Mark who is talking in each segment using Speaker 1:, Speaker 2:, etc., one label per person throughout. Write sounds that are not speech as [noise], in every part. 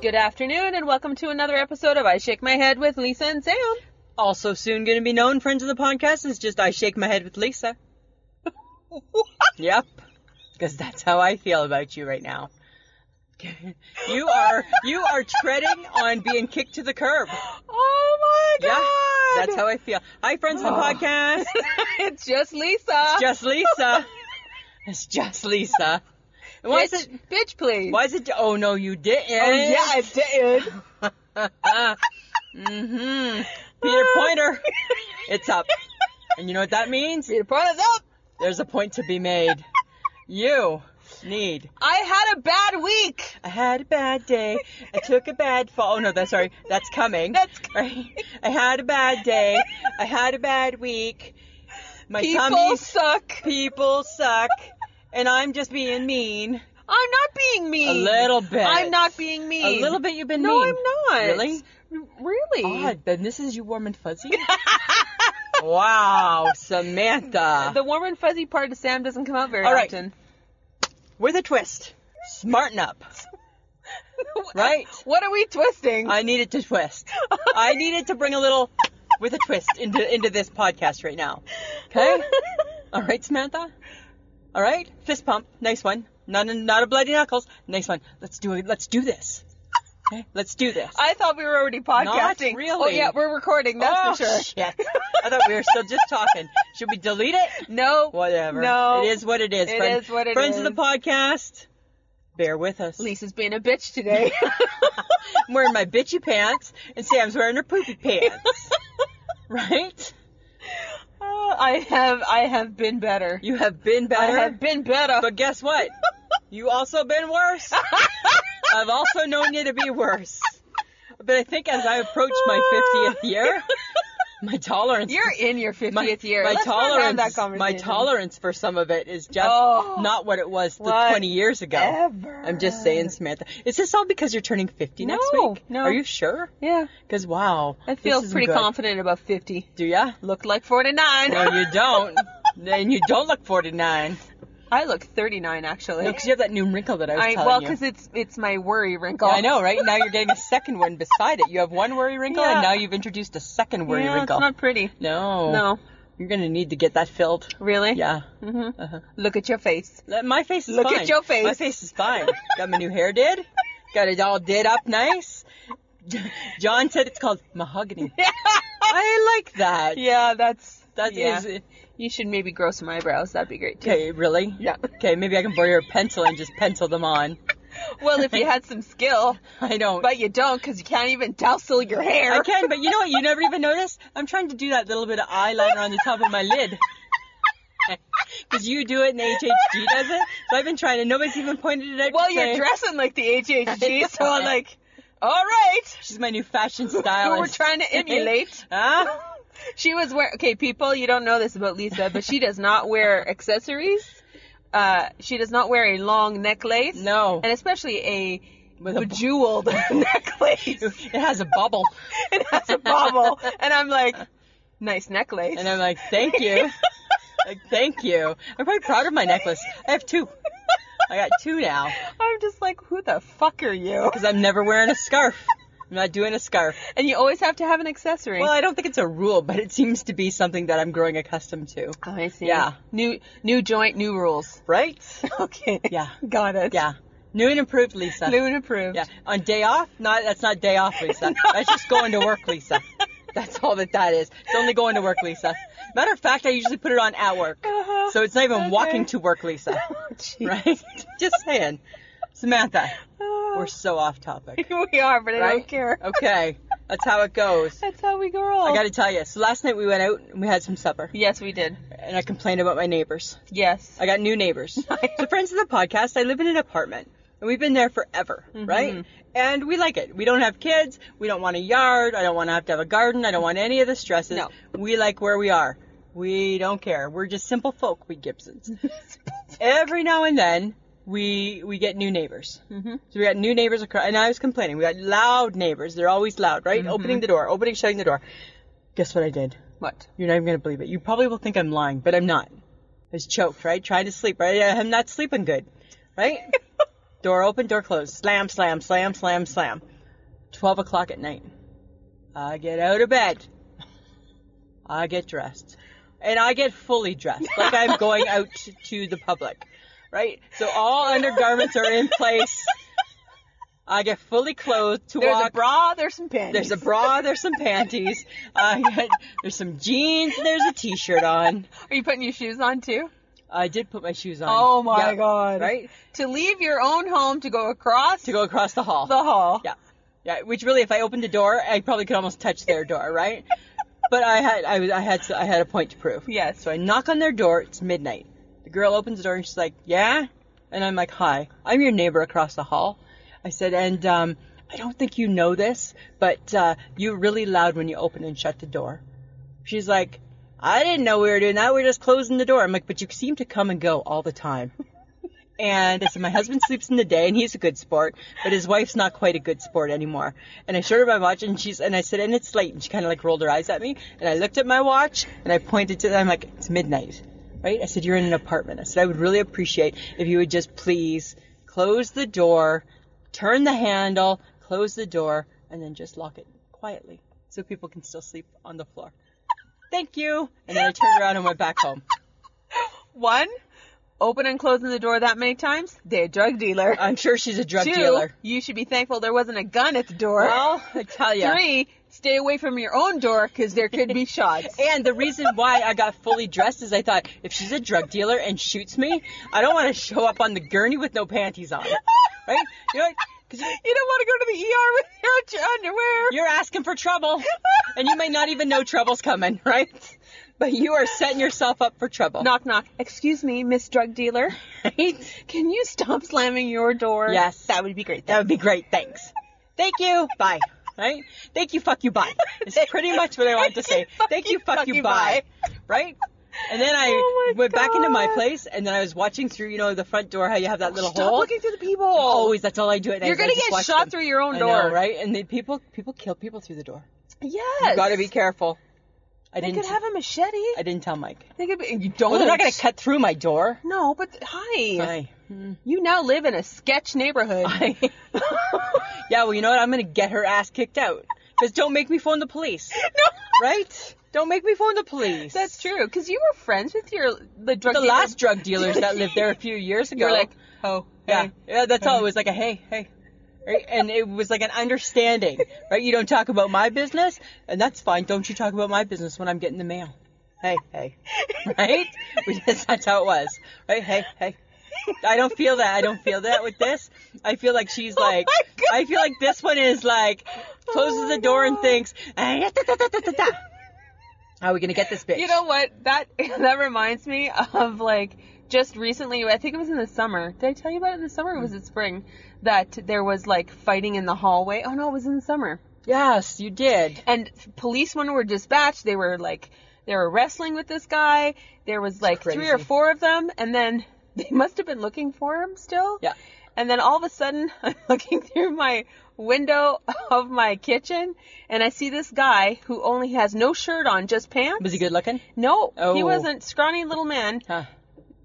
Speaker 1: Good afternoon, and welcome to another episode of I Shake My Head with Lisa and Sam.
Speaker 2: Also soon going to be known, friends of the podcast, is just I Shake My Head
Speaker 1: [laughs]
Speaker 2: with Lisa. Yep. Because that's how I feel about you right now. [laughs] you are you are treading on being kicked to the curb.
Speaker 1: Oh my
Speaker 2: Yeah,
Speaker 1: god!
Speaker 2: That's how I feel. Hi, friends of the
Speaker 1: Oh.
Speaker 2: podcast. [laughs]
Speaker 1: it's just Lisa.
Speaker 2: It's just Lisa. It's just Lisa. Why
Speaker 1: bitch,
Speaker 2: is it?
Speaker 1: bitch, please.
Speaker 2: Why is it? Oh no, you didn't.
Speaker 1: Oh yeah, I did.
Speaker 2: [laughs] mm-hmm.
Speaker 1: [laughs]
Speaker 2: Peter Pointer. It's up. And you know what that means?
Speaker 1: Peter Pan is up.
Speaker 2: There's a point to be made. You need.
Speaker 1: I had a bad week.
Speaker 2: I had a bad day. I took a bad fall. Oh no, that's sorry. That's coming.
Speaker 1: That's
Speaker 2: right. I had a bad day. I had a bad week. My
Speaker 1: People
Speaker 2: tummy.
Speaker 1: suck.
Speaker 2: People suck. And I'm just being mean.
Speaker 1: I'm not being mean.
Speaker 2: A little bit.
Speaker 1: I'm not being mean.
Speaker 2: A little bit. You've been
Speaker 1: No,
Speaker 2: mean.
Speaker 1: I'm not.
Speaker 2: Really?
Speaker 1: Really?
Speaker 2: Odd. Then this is you warm and fuzzy.
Speaker 1: [laughs]
Speaker 2: [laughs] wow, Samantha.
Speaker 1: The warm and fuzzy part of Sam doesn't come out very
Speaker 2: All right.
Speaker 1: [laughs] often.
Speaker 2: With a twist. Smarten up. Right.
Speaker 1: What are we twisting?
Speaker 2: I needed to twist. I needed to bring a little with a twist into into this podcast right now. Okay? All right, Samantha. All right, fist pump. Nice one. Not a, not a bloody knuckles. Nice one. Let's do it. Let's do this. Okay, let's do this.
Speaker 1: [laughs] I thought we were already podcasting.
Speaker 2: really.
Speaker 1: Oh yeah, we're recording. That's
Speaker 2: oh,
Speaker 1: for sure.
Speaker 2: shit. [laughs] I thought we were still just talking. Should we delete
Speaker 1: [laughs]
Speaker 2: it?
Speaker 1: No.
Speaker 2: Whatever.
Speaker 1: No.
Speaker 2: It is what it is.
Speaker 1: It
Speaker 2: friend-
Speaker 1: is what it
Speaker 2: Friends
Speaker 1: is.
Speaker 2: of the podcast, bear with
Speaker 1: [laughs]
Speaker 2: us. [laughs]
Speaker 1: Lisa's being a bitch [laughs] today.
Speaker 2: I'm wearing my bitchy pants, and Sam's wearing her poopy pants. [laughs] right?
Speaker 1: Uh, I have I have been better.
Speaker 2: You have been better.
Speaker 1: I have been better. [laughs]
Speaker 2: But guess what? You also been worse. I've also known you to be worse. But I think as I approach my 50th year, my tolerance
Speaker 1: [laughs] You're in your 50th
Speaker 2: my,
Speaker 1: year.
Speaker 2: my
Speaker 1: Let's not have
Speaker 2: tolerance
Speaker 1: that conversation.
Speaker 2: my tolerance for some of it is just
Speaker 1: Oh.
Speaker 2: not what it was the
Speaker 1: What
Speaker 2: 20 years ago.
Speaker 1: Ever.
Speaker 2: I'm just saying, Samantha. Is this all because you're turning 50 next
Speaker 1: No,
Speaker 2: week?
Speaker 1: no.
Speaker 2: Are you sure?
Speaker 1: Yeah.
Speaker 2: Cuz wow.
Speaker 1: I
Speaker 2: this
Speaker 1: feel
Speaker 2: isn't
Speaker 1: pretty
Speaker 2: good.
Speaker 1: confident about 50.
Speaker 2: Do ya?
Speaker 1: Look like 49.
Speaker 2: No, you don't. and you don't look 49.
Speaker 1: [laughs] I look 39 actually.
Speaker 2: No, because you have that new wrinkle that I was
Speaker 1: I,
Speaker 2: telling
Speaker 1: well,
Speaker 2: you.
Speaker 1: because it's it's my worry wrinkle.
Speaker 2: Yeah, I know, right? Now you're getting a second one beside it. You have one worry wrinkle,
Speaker 1: Yeah.
Speaker 2: and now you've introduced a second worry
Speaker 1: yeah,
Speaker 2: wrinkle.
Speaker 1: it's not pretty.
Speaker 2: No.
Speaker 1: No,
Speaker 2: You're going to need to get that filled.
Speaker 1: really.
Speaker 2: Yeah.
Speaker 1: hmm
Speaker 2: Uh-huh.
Speaker 1: Look at your face.
Speaker 2: Let- My face is
Speaker 1: Look
Speaker 2: fine.
Speaker 1: at your face.
Speaker 2: My face is fine. Got my new hair did. Got it all did up nice. John said it's called mahogany. [laughs] I like that.
Speaker 1: yeah, that's
Speaker 2: That is
Speaker 1: yeah. You should maybe grow some eyebrows. That'd be great too.
Speaker 2: Okay, really?
Speaker 1: Yeah.
Speaker 2: Okay, maybe I can borrow your pencil and just pencil them on.
Speaker 1: Well, if
Speaker 2: [laughs]
Speaker 1: you had some skill,
Speaker 2: I don't.
Speaker 1: but you don't because you can't even tousle your hair.
Speaker 2: I can, but you know what? You never even notice. I'm trying to do that little bit of eyeliner on the top of my
Speaker 1: [laughs]
Speaker 2: lid. Because you do it and the HHG does it. So I've been trying and nobody's even pointed it out.
Speaker 1: Well,
Speaker 2: to
Speaker 1: you're
Speaker 2: say,
Speaker 1: dressing like the [laughs] HHG, so I'm
Speaker 2: Yeah.
Speaker 1: like, all right.
Speaker 2: She's my new fashion
Speaker 1: Who
Speaker 2: stylist.
Speaker 1: we're trying to emulate.
Speaker 2: [laughs] Huh?
Speaker 1: She was wearing, okay, people, you don't know this about Lisa, but she does not [laughs] wear accessories. Uh, she does not wear a long necklace.
Speaker 2: No.
Speaker 1: And especially a
Speaker 2: With a
Speaker 1: bejeweled [laughs] necklace. [laughs]
Speaker 2: It has a bubble.
Speaker 1: It has a bobble. And I'm like, nice necklace.
Speaker 2: And I'm like, thank you.
Speaker 1: [laughs]
Speaker 2: Like, thank you. I'm probably proud of my necklace. I have two. I got two now.
Speaker 1: I'm just like, who the fuck are you?
Speaker 2: Because I'm never wearing a scarf. I'm not doing a scarf.
Speaker 1: And you always have to have an accessory.
Speaker 2: Well, I don't think it's a rule, but it seems to be something that I'm growing accustomed to.
Speaker 1: oh, I see.
Speaker 2: Yeah.
Speaker 1: New new joint, new rules. [laughs]
Speaker 2: Right?
Speaker 1: Okay.
Speaker 2: Yeah.
Speaker 1: Got it.
Speaker 2: Yeah. New and improved, Lisa.
Speaker 1: New and approved.
Speaker 2: Yeah. On day off? Not that's not day off,
Speaker 1: [laughs]
Speaker 2: Lisa. That's just going to work, Lisa. That's all that that is. It's only going to work, Lisa. Matter of fact, I usually put it on at work.
Speaker 1: Uh-huh. [laughs] Oh,
Speaker 2: So it's not even
Speaker 1: Okay.
Speaker 2: walking to work,
Speaker 1: [laughs]
Speaker 2: Lisa.
Speaker 1: Jeez.
Speaker 2: Right? [laughs] Just saying. Samantha,
Speaker 1: Oh.
Speaker 2: we're so off topic.
Speaker 1: [laughs] we are, but I don't
Speaker 2: Right?
Speaker 1: care.
Speaker 2: Okay. That's how it goes.
Speaker 1: That's how we grow.
Speaker 2: I got to tell you. So last night we went out and we had some supper
Speaker 1: Yes, we did.
Speaker 2: and I complained about my neighbors.
Speaker 1: Yes. [laughs]
Speaker 2: I got new neighbors. so friends of the podcast, I live in an apartment and we've been there forever, right? And we like it. We don't have kids. We don't want a yard. I don't want to have to have a garden. I don't want any of the stresses.
Speaker 1: No.
Speaker 2: We like where we are. We don't care. We're just simple folk, we Gibsons. Every now and then, we we get new neighbors.
Speaker 1: Mhm.
Speaker 2: So we got new neighbors across, and I was complaining. We got loud neighbors. They're always loud, right? Opening the door, opening, shutting the door. Guess what I did?
Speaker 1: What?
Speaker 2: You're not even gonna believe it. You probably will think I'm lying, but I'm not. I was choked, right? Trying to sleep, right? I'm
Speaker 1: [laughs]
Speaker 2: not sleeping good, right? door open, door closed. Slam, slam, slam, slam, slam. 12 o'clock at night. I get out of bed. I get dressed. And I get fully dressed, like I'm going out to the public, right? So all undergarments are in place. I get fully clothed to
Speaker 1: There's a
Speaker 2: walk.
Speaker 1: bra, there's some panties.
Speaker 2: there's a bra, there's some panties. Uh, I get, there's some jeans, and there's a t-shirt on.
Speaker 1: Are you putting your shoes on too?
Speaker 2: I did put my shoes on.
Speaker 1: Oh my
Speaker 2: Yeah,
Speaker 1: god.
Speaker 2: Right?
Speaker 1: To leave your own home to go across
Speaker 2: To go across the hall.
Speaker 1: the hall.
Speaker 2: Yeah. Yeah, which really, if I opened the door, I probably could almost touch their door, right? but I had, I, was- I had, I had a point to prove.
Speaker 1: Yes.
Speaker 2: So I knock on their door. It's midnight. The girl opens the door and she's like, "Yeah," and I'm like, "Hi, I'm your neighbor across the hall." I said, "And um, I don't think you know this, but uh, you're really loud when you open and shut the door." She's like, "I didn't know we were doing that. We are just closing the door." I'm like, "But you seem to come and go all the time." And I said, my husband sleeps in the day and he's a good sport, but his wife's not quite a good sport anymore. And I showed her my watch and she's, and I said, and it's late. And she kind of like rolled her eyes at me. And I looked at my watch and I pointed to them. I'm like, it's midnight, right? I said, you're in an apartment. I said, I would really appreciate if you would just please close the door, turn the handle, close the door, and then just lock it quietly so people can still sleep on the floor. [laughs] Thank you. And then I turned around and went back home.
Speaker 1: One, open and closing the door that many times, they're a drug dealer.
Speaker 2: I'm sure she's a drug
Speaker 1: Two,
Speaker 2: dealer.
Speaker 1: you should be thankful there wasn't a gun at the door.
Speaker 2: Well, I tell you.
Speaker 1: Three, stay away from your own door because there could
Speaker 2: [laughs]
Speaker 1: be shots.
Speaker 2: And the reason why I got fully dressed is I thought if she's a drug dealer and shoots me, I don't want to show up on the gurney with no panties on. Right? You know, because
Speaker 1: You don't want to go to
Speaker 2: E
Speaker 1: the ER without your underwear.
Speaker 2: you're asking for trouble, and you may not even know trouble's coming, right? But you are setting yourself up for trouble.
Speaker 1: [laughs] knock knock. Excuse me, Miss Drug Dealer.
Speaker 2: Right?
Speaker 1: Can you stop slamming your door?
Speaker 2: Yes.
Speaker 1: That would be great.
Speaker 2: That would be great. Thanks. Thank you. Bye. Right? Thank you. Fuck you. Bye. It's pretty much what I wanted
Speaker 1: [laughs]
Speaker 2: to say. Thank you. Fuck you. Bye. Right? And then I
Speaker 1: Oh my
Speaker 2: went back into my
Speaker 1: God.
Speaker 2: place, and then I was watching through, you know, the front door, how you have that little
Speaker 1: Stop
Speaker 2: hole.
Speaker 1: looking through the people.
Speaker 2: Always, that's all I do. At
Speaker 1: Oh.
Speaker 2: night
Speaker 1: You're
Speaker 2: is I
Speaker 1: gonna
Speaker 2: just
Speaker 1: get
Speaker 2: watch
Speaker 1: shot
Speaker 2: them.
Speaker 1: through your own
Speaker 2: I
Speaker 1: door.
Speaker 2: know, right? And they, people, people kill people through the door.
Speaker 1: Yes.
Speaker 2: You gotta be careful. I
Speaker 1: They
Speaker 2: didn't.
Speaker 1: could have Oh, a machete.
Speaker 2: I didn't tell Mike.
Speaker 1: They could be. You don't.
Speaker 2: Well, they're not gonna cut through my door.
Speaker 1: No, but hi.
Speaker 2: Aye.
Speaker 1: You now live in a sketch
Speaker 2: [laughs]
Speaker 1: neighborhood.
Speaker 2: yeah, well, you know what? I'm gonna get her ass kicked out. Because don't make me phone the police,
Speaker 1: no.
Speaker 2: [laughs] right? Don't make me phone the police.
Speaker 1: That's true. Because you were friends with your the drug
Speaker 2: the
Speaker 1: dealer.
Speaker 2: last drug dealers that lived there a few years
Speaker 1: [laughs]
Speaker 2: ago.
Speaker 1: You're like, oh,
Speaker 2: yeah,
Speaker 1: hey.
Speaker 2: yeah. That's all. It was like a hey, hey,
Speaker 1: [laughs]
Speaker 2: right? and it was like an understanding, right? You don't talk about my business, and that's fine. Don't you talk about my business when I'm getting the mail. Hey, hey, [laughs] right? We
Speaker 1: [laughs]
Speaker 2: just, that's how it was, right? Hey, hey. I don't feel that. I don't feel that with this. I feel
Speaker 1: [laughs]
Speaker 2: like she's like.
Speaker 1: Oh my God.
Speaker 2: I feel like this one is like
Speaker 1: [laughs]
Speaker 2: closes
Speaker 1: Oh my
Speaker 2: the door and
Speaker 1: God.
Speaker 2: thinks. "Ah, yeah, da, da, da, da, da, da." How are we gonna get this
Speaker 1: [laughs]
Speaker 2: bitch?
Speaker 1: You know what? That [laughs] that reminds me of like just recently. I think it was in the summer. Did I tell you about it in the summer? Or
Speaker 2: Mm.
Speaker 1: was it spring? That there was like fighting in the hallway. Oh no, it was in the summer.
Speaker 2: Yes, you did.
Speaker 1: And policemen were dispatched. They were like they were wrestling with this guy. There was like three
Speaker 2: crazy.
Speaker 1: or four of them, and then [laughs] they must have been looking for him still.
Speaker 2: Yeah.
Speaker 1: And then all of a sudden, [laughs] I'm looking through my window [laughs] of my kitchen, and I see this guy who only has no shirt on, just pants.
Speaker 2: Was he good looking?
Speaker 1: No, he
Speaker 2: Oh.
Speaker 1: wasn't. Scrawny little man
Speaker 2: Huh.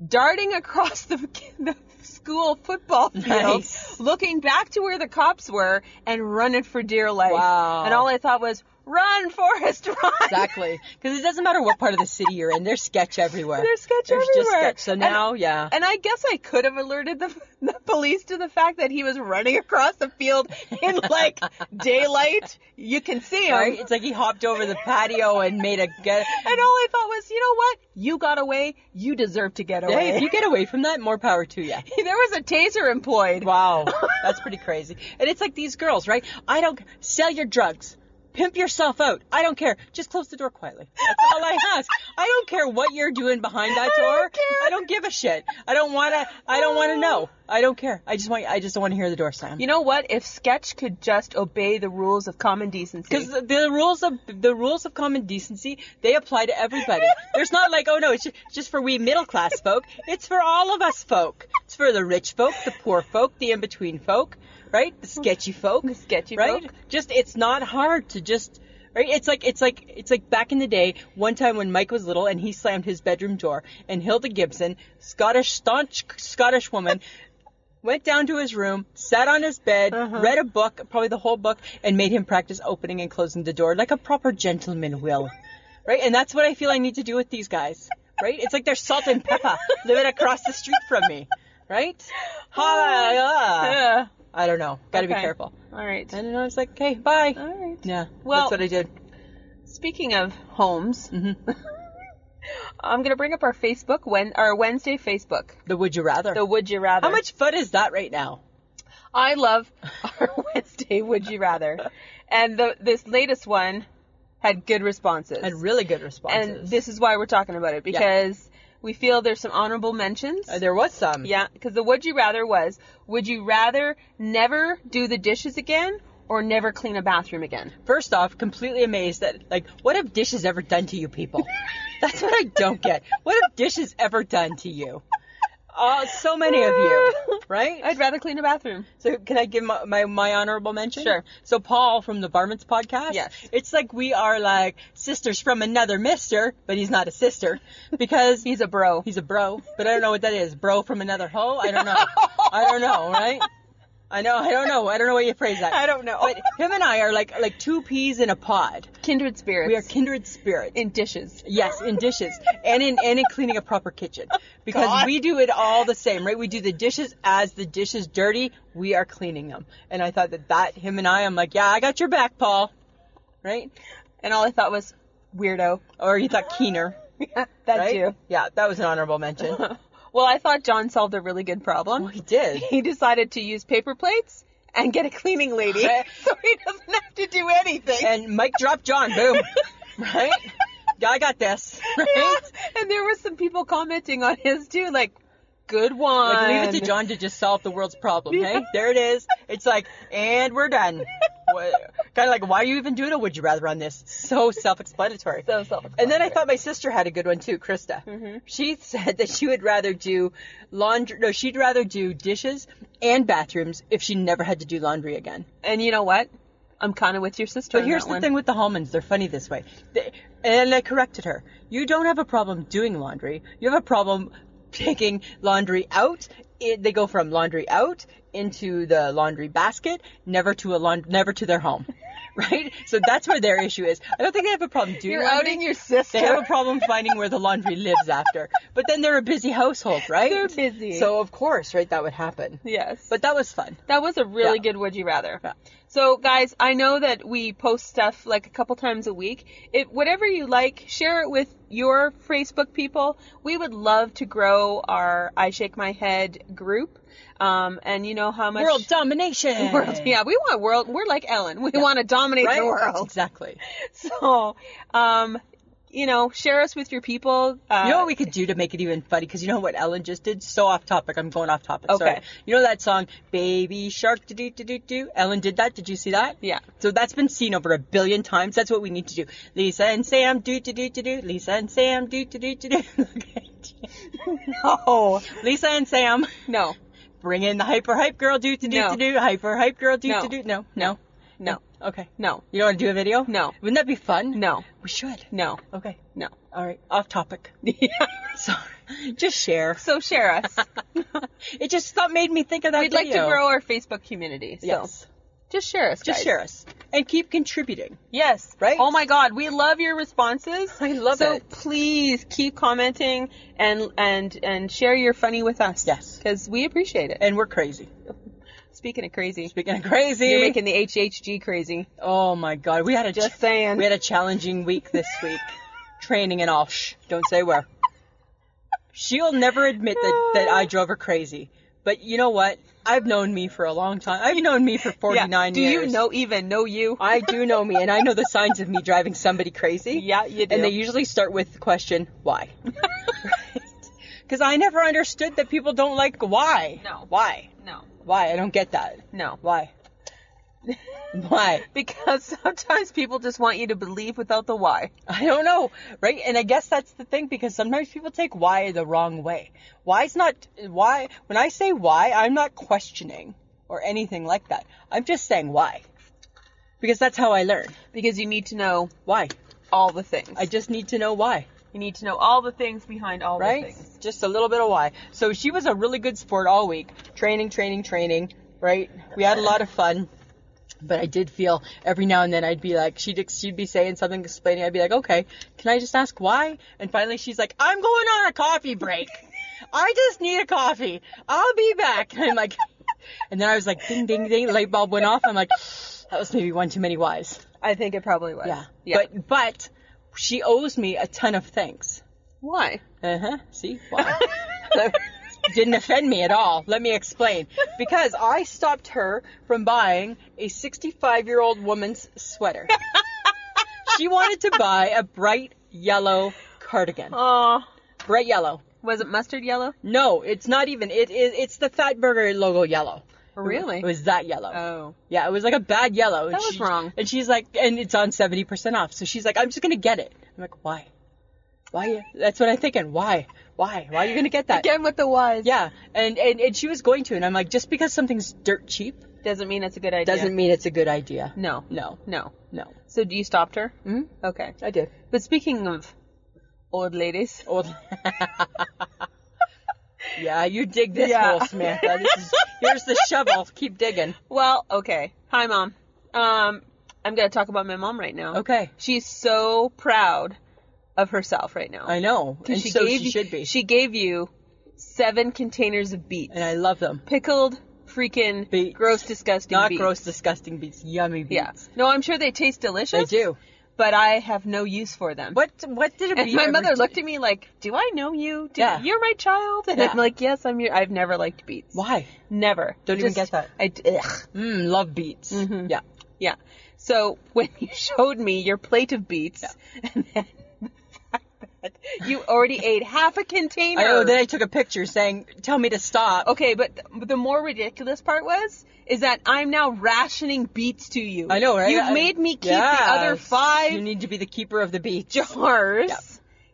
Speaker 1: darting across the, [laughs] the school football field,
Speaker 2: Nice.
Speaker 1: looking back to where the cops were, and running for dear life.
Speaker 2: Wow.
Speaker 1: And all I thought was, run, Forrest, run.
Speaker 2: Exactly. Because it doesn't matter what part of the city you're in, there's sketch
Speaker 1: [laughs]
Speaker 2: everywhere.
Speaker 1: There's sketch
Speaker 2: There's just
Speaker 1: everywhere.
Speaker 2: sketch. So now, yeah.
Speaker 1: And I guess I could have alerted the, [laughs] the police to the fact that he was running across the field
Speaker 2: [laughs]
Speaker 1: in like daylight. You can see him.
Speaker 2: Right? It's like he hopped over the patio and made a get.
Speaker 1: And all I thought was, you know what? You got away. You deserve to get away.
Speaker 2: Hey, if you get away from that, more power to you.
Speaker 1: [laughs] there was a taser employed.
Speaker 2: Wow, that's pretty crazy. And it's like these girls, right? I don't sell your drugs, pimp yourself out. I don't care. Just close the door quietly. That's all I ask. I don't care what you're doing behind that
Speaker 1: I
Speaker 2: door.
Speaker 1: don't care.
Speaker 2: I don't give a shit. I don't want to. I don't want to know. I don't care. I just want. I just don't want to hear the door slam.
Speaker 1: You know what? If Sketch could just obey the rules of common decency.
Speaker 2: Because the, the rules of the rules of common decency they apply to everybody. There's not like oh no, it's ju- just for we middle class folk. It's for all of us folk. It's for the rich folk, the poor folk, the in between folk, right? The sketchy folk,
Speaker 1: The sketchy
Speaker 2: right?
Speaker 1: folk.
Speaker 2: Just it's not hard to just. Right? It's like it's like it's like back in the day. One time when Mike was little and he slammed his bedroom door, and Hilda Gibson, Scottish staunch Scottish woman, [laughs] went down to his room, sat on his bed,
Speaker 1: Uh-huh.
Speaker 2: read a book, probably the whole book, and made him practice opening and closing the door like a proper gentleman will. right? And that's what I feel I need to do with these guys. Right? It's like they're salt
Speaker 1: [laughs]
Speaker 2: and pepper living across the street from me. Right? Ha!
Speaker 1: Oh, Yeah.
Speaker 2: I don't know. Gotta be
Speaker 1: Okay.
Speaker 2: careful.
Speaker 1: Ah. All right.
Speaker 2: And then I was like, okay, bye.
Speaker 1: All right.
Speaker 2: Yeah.
Speaker 1: Well-
Speaker 2: that's what I did.
Speaker 1: Speaking of homes,
Speaker 2: hmm
Speaker 1: I'm gonna bring up our Facebook when our Wednesday Facebook.
Speaker 2: The would you rather.
Speaker 1: [laughs] The Would You Rather.
Speaker 2: How much fun is that right now?
Speaker 1: I [laughs] love our Wednesday Would You Rather, and the this latest one had good responses.
Speaker 2: And really good responses.
Speaker 1: And this is why we're talking about it because we feel there's some honorable mentions.
Speaker 2: Uh, there was some.
Speaker 1: Yeah, because the would you rather was would you rather never do the dishes again or never clean a bathroom again?
Speaker 2: First off, completely amazed that like what have dishes ever done to you people?
Speaker 1: [laughs]
Speaker 2: That's what I don't get. What have dishes ever done to you? Oh, so many
Speaker 1: [laughs]
Speaker 2: of you, [laughs] right?
Speaker 1: I'd rather clean a bathroom.
Speaker 2: So can I give my, my, my honorable mention?
Speaker 1: Sure.
Speaker 2: So Paul from the Barmans podcast.
Speaker 1: Yes.
Speaker 2: It's like we are like sisters from another mister, but he's not a sister
Speaker 1: [laughs]
Speaker 2: because
Speaker 1: He's a bro.
Speaker 2: he's a bro. But I don't know what that is. Bro from another hoe? I don't know. I don't know, right? I know. I don't know. [laughs] I don't know what you phrase that.
Speaker 1: don't know.
Speaker 2: But him and I are like like two peas in a pod.
Speaker 1: kindred spirits.
Speaker 2: We are kindred spirits.
Speaker 1: in dishes.
Speaker 2: Yes, in dishes and in and in cleaning a proper kitchen because
Speaker 1: God.
Speaker 2: we do it all the same, right? We do the dishes as the dishes dirty, we are cleaning them. And I thought that that him and I, I'm like, yeah, I got your back, Paul, right?
Speaker 1: And all I thought was weirdo. [laughs]
Speaker 2: Or you thought Keener,
Speaker 1: that
Speaker 2: right?
Speaker 1: too.
Speaker 2: Yeah, that was an honorable mention.
Speaker 1: [laughs]
Speaker 2: [laughs]
Speaker 1: Well, I thought John solved a really good
Speaker 2: well,
Speaker 1: problem.
Speaker 2: he did.
Speaker 1: He decided to use paper plates and get a cleaning lady,
Speaker 2: Right.
Speaker 1: [laughs] so he doesn't have to do anything.
Speaker 2: And Mike dropped
Speaker 1: [laughs]
Speaker 2: John, boom, right? Yeah, I got [laughs] this, right?
Speaker 1: Yeah. And there were some people commenting on his too, like, good one.
Speaker 2: Like, leave it to John to just solve the world's problem. Hey, [laughs] there it is. It's like, and we're [laughs] done. kind of like, why are you even doing a would you rather on this? So self-explanatory. Mm-hmm.
Speaker 1: So self-explanatory.
Speaker 2: and then I thought my sister had a good one too, Krista. She said that she would rather do laundry. No, she'd rather do dishes and bathrooms if she never had to do laundry again.
Speaker 1: And you know what? I'm kind of with your sister.
Speaker 2: But here's the thing with the Hallmans, they're funny this way. They, and I corrected her. You don't have a problem doing laundry. You have a problem [laughs] taking laundry out. It, they go from laundry out into the laundry basket, never to a laund- never to their home, [laughs] right? So that's where their issue is. I don't think they have a problem doing
Speaker 1: You're
Speaker 2: laundry.
Speaker 1: outing your sister.
Speaker 2: They have a problem finding where the laundry lives after. But then they're a busy household, right?
Speaker 1: They're busy.
Speaker 2: So of course, right, that would happen.
Speaker 1: Yes.
Speaker 2: But that was fun.
Speaker 1: that was a really
Speaker 2: Yeah.
Speaker 1: good would you rather.
Speaker 2: Yeah.
Speaker 1: So guys, I know that we post stuff like a couple times a week. If whatever you like, share it with your Facebook people. We would love to grow our I Shake My Head group. Um, and you know how much
Speaker 2: World domination.
Speaker 1: [laughs] World- yeah, we want world. We're like Ellen. We want to dominate
Speaker 2: Right?
Speaker 1: the world.
Speaker 2: Exactly.
Speaker 1: [laughs] So, um, you know, share us with your people. Uh,
Speaker 2: You know what we could do to make it even funny? Because you know what Ellen just did? So off topic. I'm going off topic.
Speaker 1: Okay.
Speaker 2: Sorry. You know that song, Baby Shark, do do do do do? Ellen did that. Did you see that?
Speaker 1: Yeah.
Speaker 2: So that's been seen over a billion times. That's what we need to do. Lisa and Sam, do do do do do. Lisa and Sam, do do do do [laughs] do. Okay.
Speaker 1: no,
Speaker 2: Lisa and Sam,
Speaker 1: no,
Speaker 2: bring in the hyper hype girl, do do do
Speaker 1: No.
Speaker 2: do do. Hyper hype girl, do
Speaker 1: No.
Speaker 2: do do. No, no,
Speaker 1: no,
Speaker 2: Okay.
Speaker 1: no,
Speaker 2: You don't want to do a video?
Speaker 1: No.
Speaker 2: Wouldn't that be fun?
Speaker 1: no,
Speaker 2: We should.
Speaker 1: no,
Speaker 2: Okay.
Speaker 1: no.
Speaker 2: All right. Off topic. [laughs] Sorry. Just share. [laughs]
Speaker 1: so share [laughs] us.
Speaker 2: It just that made me think of that
Speaker 1: We'd like
Speaker 2: video.
Speaker 1: to grow our Facebook community. So
Speaker 2: Yes.
Speaker 1: just share us.
Speaker 2: Just
Speaker 1: guys.
Speaker 2: share us and keep contributing.
Speaker 1: Yes.
Speaker 2: Right?
Speaker 1: Oh my God, we love your responses.
Speaker 2: I love
Speaker 1: so
Speaker 2: it.
Speaker 1: please keep commenting and and and share your funny with us.
Speaker 2: Yes.
Speaker 1: Because we appreciate it.
Speaker 2: And we're crazy.
Speaker 1: Speaking of crazy,
Speaker 2: Speaking of crazy,
Speaker 1: you're making the HHG crazy.
Speaker 2: oh my god, we had a
Speaker 1: Just saying.
Speaker 2: we had a challenging week this
Speaker 1: [laughs]
Speaker 2: week. Training and all. Shh, don't say where. She'll never admit that
Speaker 1: [sighs]
Speaker 2: that I drove her crazy. But you know what? I've known me for a long time. I've known me for 49
Speaker 1: Do
Speaker 2: years.
Speaker 1: you know even know you?
Speaker 2: I do know me, and I know the signs of me driving somebody crazy.
Speaker 1: Yeah, you [laughs] do.
Speaker 2: And they usually start with the question, why? Because I never understood that people don't like why.
Speaker 1: No.
Speaker 2: Why?
Speaker 1: no,
Speaker 2: Why? I don't get that.
Speaker 1: no. [laughs]
Speaker 2: Why? Why?
Speaker 1: Because sometimes people just want you to believe without the why.
Speaker 2: I don't know, right? And I guess that's the thing because sometimes people take why the wrong way. Why's not why? When I say why, I'm not questioning or anything like that. I'm just saying why, because that's how I learn.
Speaker 1: Because you need to know
Speaker 2: Why?
Speaker 1: all the things.
Speaker 2: I just need to know why.
Speaker 1: you need to know all the things behind all
Speaker 2: right?
Speaker 1: the things.
Speaker 2: Just a little bit of why. So she was a really good sport all week. training, training, training, right? We had a lot of fun. But I did feel every now and then I'd be like, she'd, she'd be saying something, explaining. I'd be like, okay, can I just ask why? And finally she's like, I'm going on a coffee break. I just need a coffee. I'll be back. And I'm like, [laughs] and then I was like, ding, ding, ding. Light bulb went off. I'm like, [sighs] that was maybe one too many whys.
Speaker 1: I think it probably was.
Speaker 2: Yeah. But, but she owes me a ton of thanks.
Speaker 1: [laughs] why?
Speaker 2: Uh huh. See? Why? Didn't offend me at all. Let me explain. Because I stopped her from buying a 65 year old woman's
Speaker 1: [laughs]
Speaker 2: sweater. she wanted to buy a bright yellow cardigan.
Speaker 1: Oh,
Speaker 2: Bright yellow.
Speaker 1: was it mustard yellow?
Speaker 2: No, it's not even. It is. it's the Fatburger logo yellow.
Speaker 1: Really?
Speaker 2: It was that yellow.
Speaker 1: Oh.
Speaker 2: Yeah, it was like a bad yellow. And
Speaker 1: That was
Speaker 2: she-
Speaker 1: wrong.
Speaker 2: And she's like, and it's on 70% off. So she's like, I'm just going to get it. I'm like, why? Why? That's what I'm thinking. Why? Why? Why are you going to get that?
Speaker 1: Again with the whys.
Speaker 2: Yeah. And, and, and she was going to. And I'm like, just because something's dirt cheap
Speaker 1: Doesn't mean it's a good idea.
Speaker 2: doesn't mean it's a good idea.
Speaker 1: No.
Speaker 2: No.
Speaker 1: No.
Speaker 2: No.
Speaker 1: So do you stopped her?
Speaker 2: Hmm?
Speaker 1: Okay.
Speaker 2: I did.
Speaker 1: But speaking of old ladies,
Speaker 2: Old. [laughs] yeah, you dig this
Speaker 1: Yeah.
Speaker 2: hole, Samantha. This is, here's the shovel. Keep digging.
Speaker 1: well, okay. Hi, mom. Um, I'm gonna talk about my mom right now.
Speaker 2: Okay.
Speaker 1: She's so proud of herself right now.
Speaker 2: I know.
Speaker 1: 'Cause
Speaker 2: And so
Speaker 1: gave
Speaker 2: she
Speaker 1: you-
Speaker 2: should be.
Speaker 1: She gave you seven containers of beets.
Speaker 2: and I love them.
Speaker 1: Pickled, freaking,
Speaker 2: Beets.
Speaker 1: gross, disgusting.
Speaker 2: Not
Speaker 1: beets.
Speaker 2: gross, disgusting beets. Yummy
Speaker 1: Yeah.
Speaker 2: beets.
Speaker 1: No, I'm sure they taste
Speaker 2: They
Speaker 1: delicious.
Speaker 2: do.
Speaker 1: But I have no use for them. [laughs]
Speaker 2: What? What did a
Speaker 1: And
Speaker 2: bee?
Speaker 1: my
Speaker 2: ever
Speaker 1: mother
Speaker 2: do-
Speaker 1: looked at me like, "Do I know you? Do,
Speaker 2: Yeah.
Speaker 1: You're my child." And
Speaker 2: Yeah.
Speaker 1: I'm like, "Yes, I'm your." I've never liked beets.
Speaker 2: Why?
Speaker 1: [laughs] Never.
Speaker 2: Don't even get that.
Speaker 1: I d- ugh.
Speaker 2: Mmm, love beets.
Speaker 1: Mhm.
Speaker 2: Yeah.
Speaker 1: Yeah. So when you showed me your plate of beets, and then the fact that you already ate half a container.
Speaker 2: I know. Then I took a picture saying, "Tell me to stop."
Speaker 1: Okay, but th- the more ridiculous part was is that I'm now rationing beets to you.
Speaker 2: I know, right?
Speaker 1: You've
Speaker 2: I-
Speaker 1: made me keep the other
Speaker 2: Yes. You
Speaker 1: five
Speaker 2: need to be the keeper of the beets.
Speaker 1: jars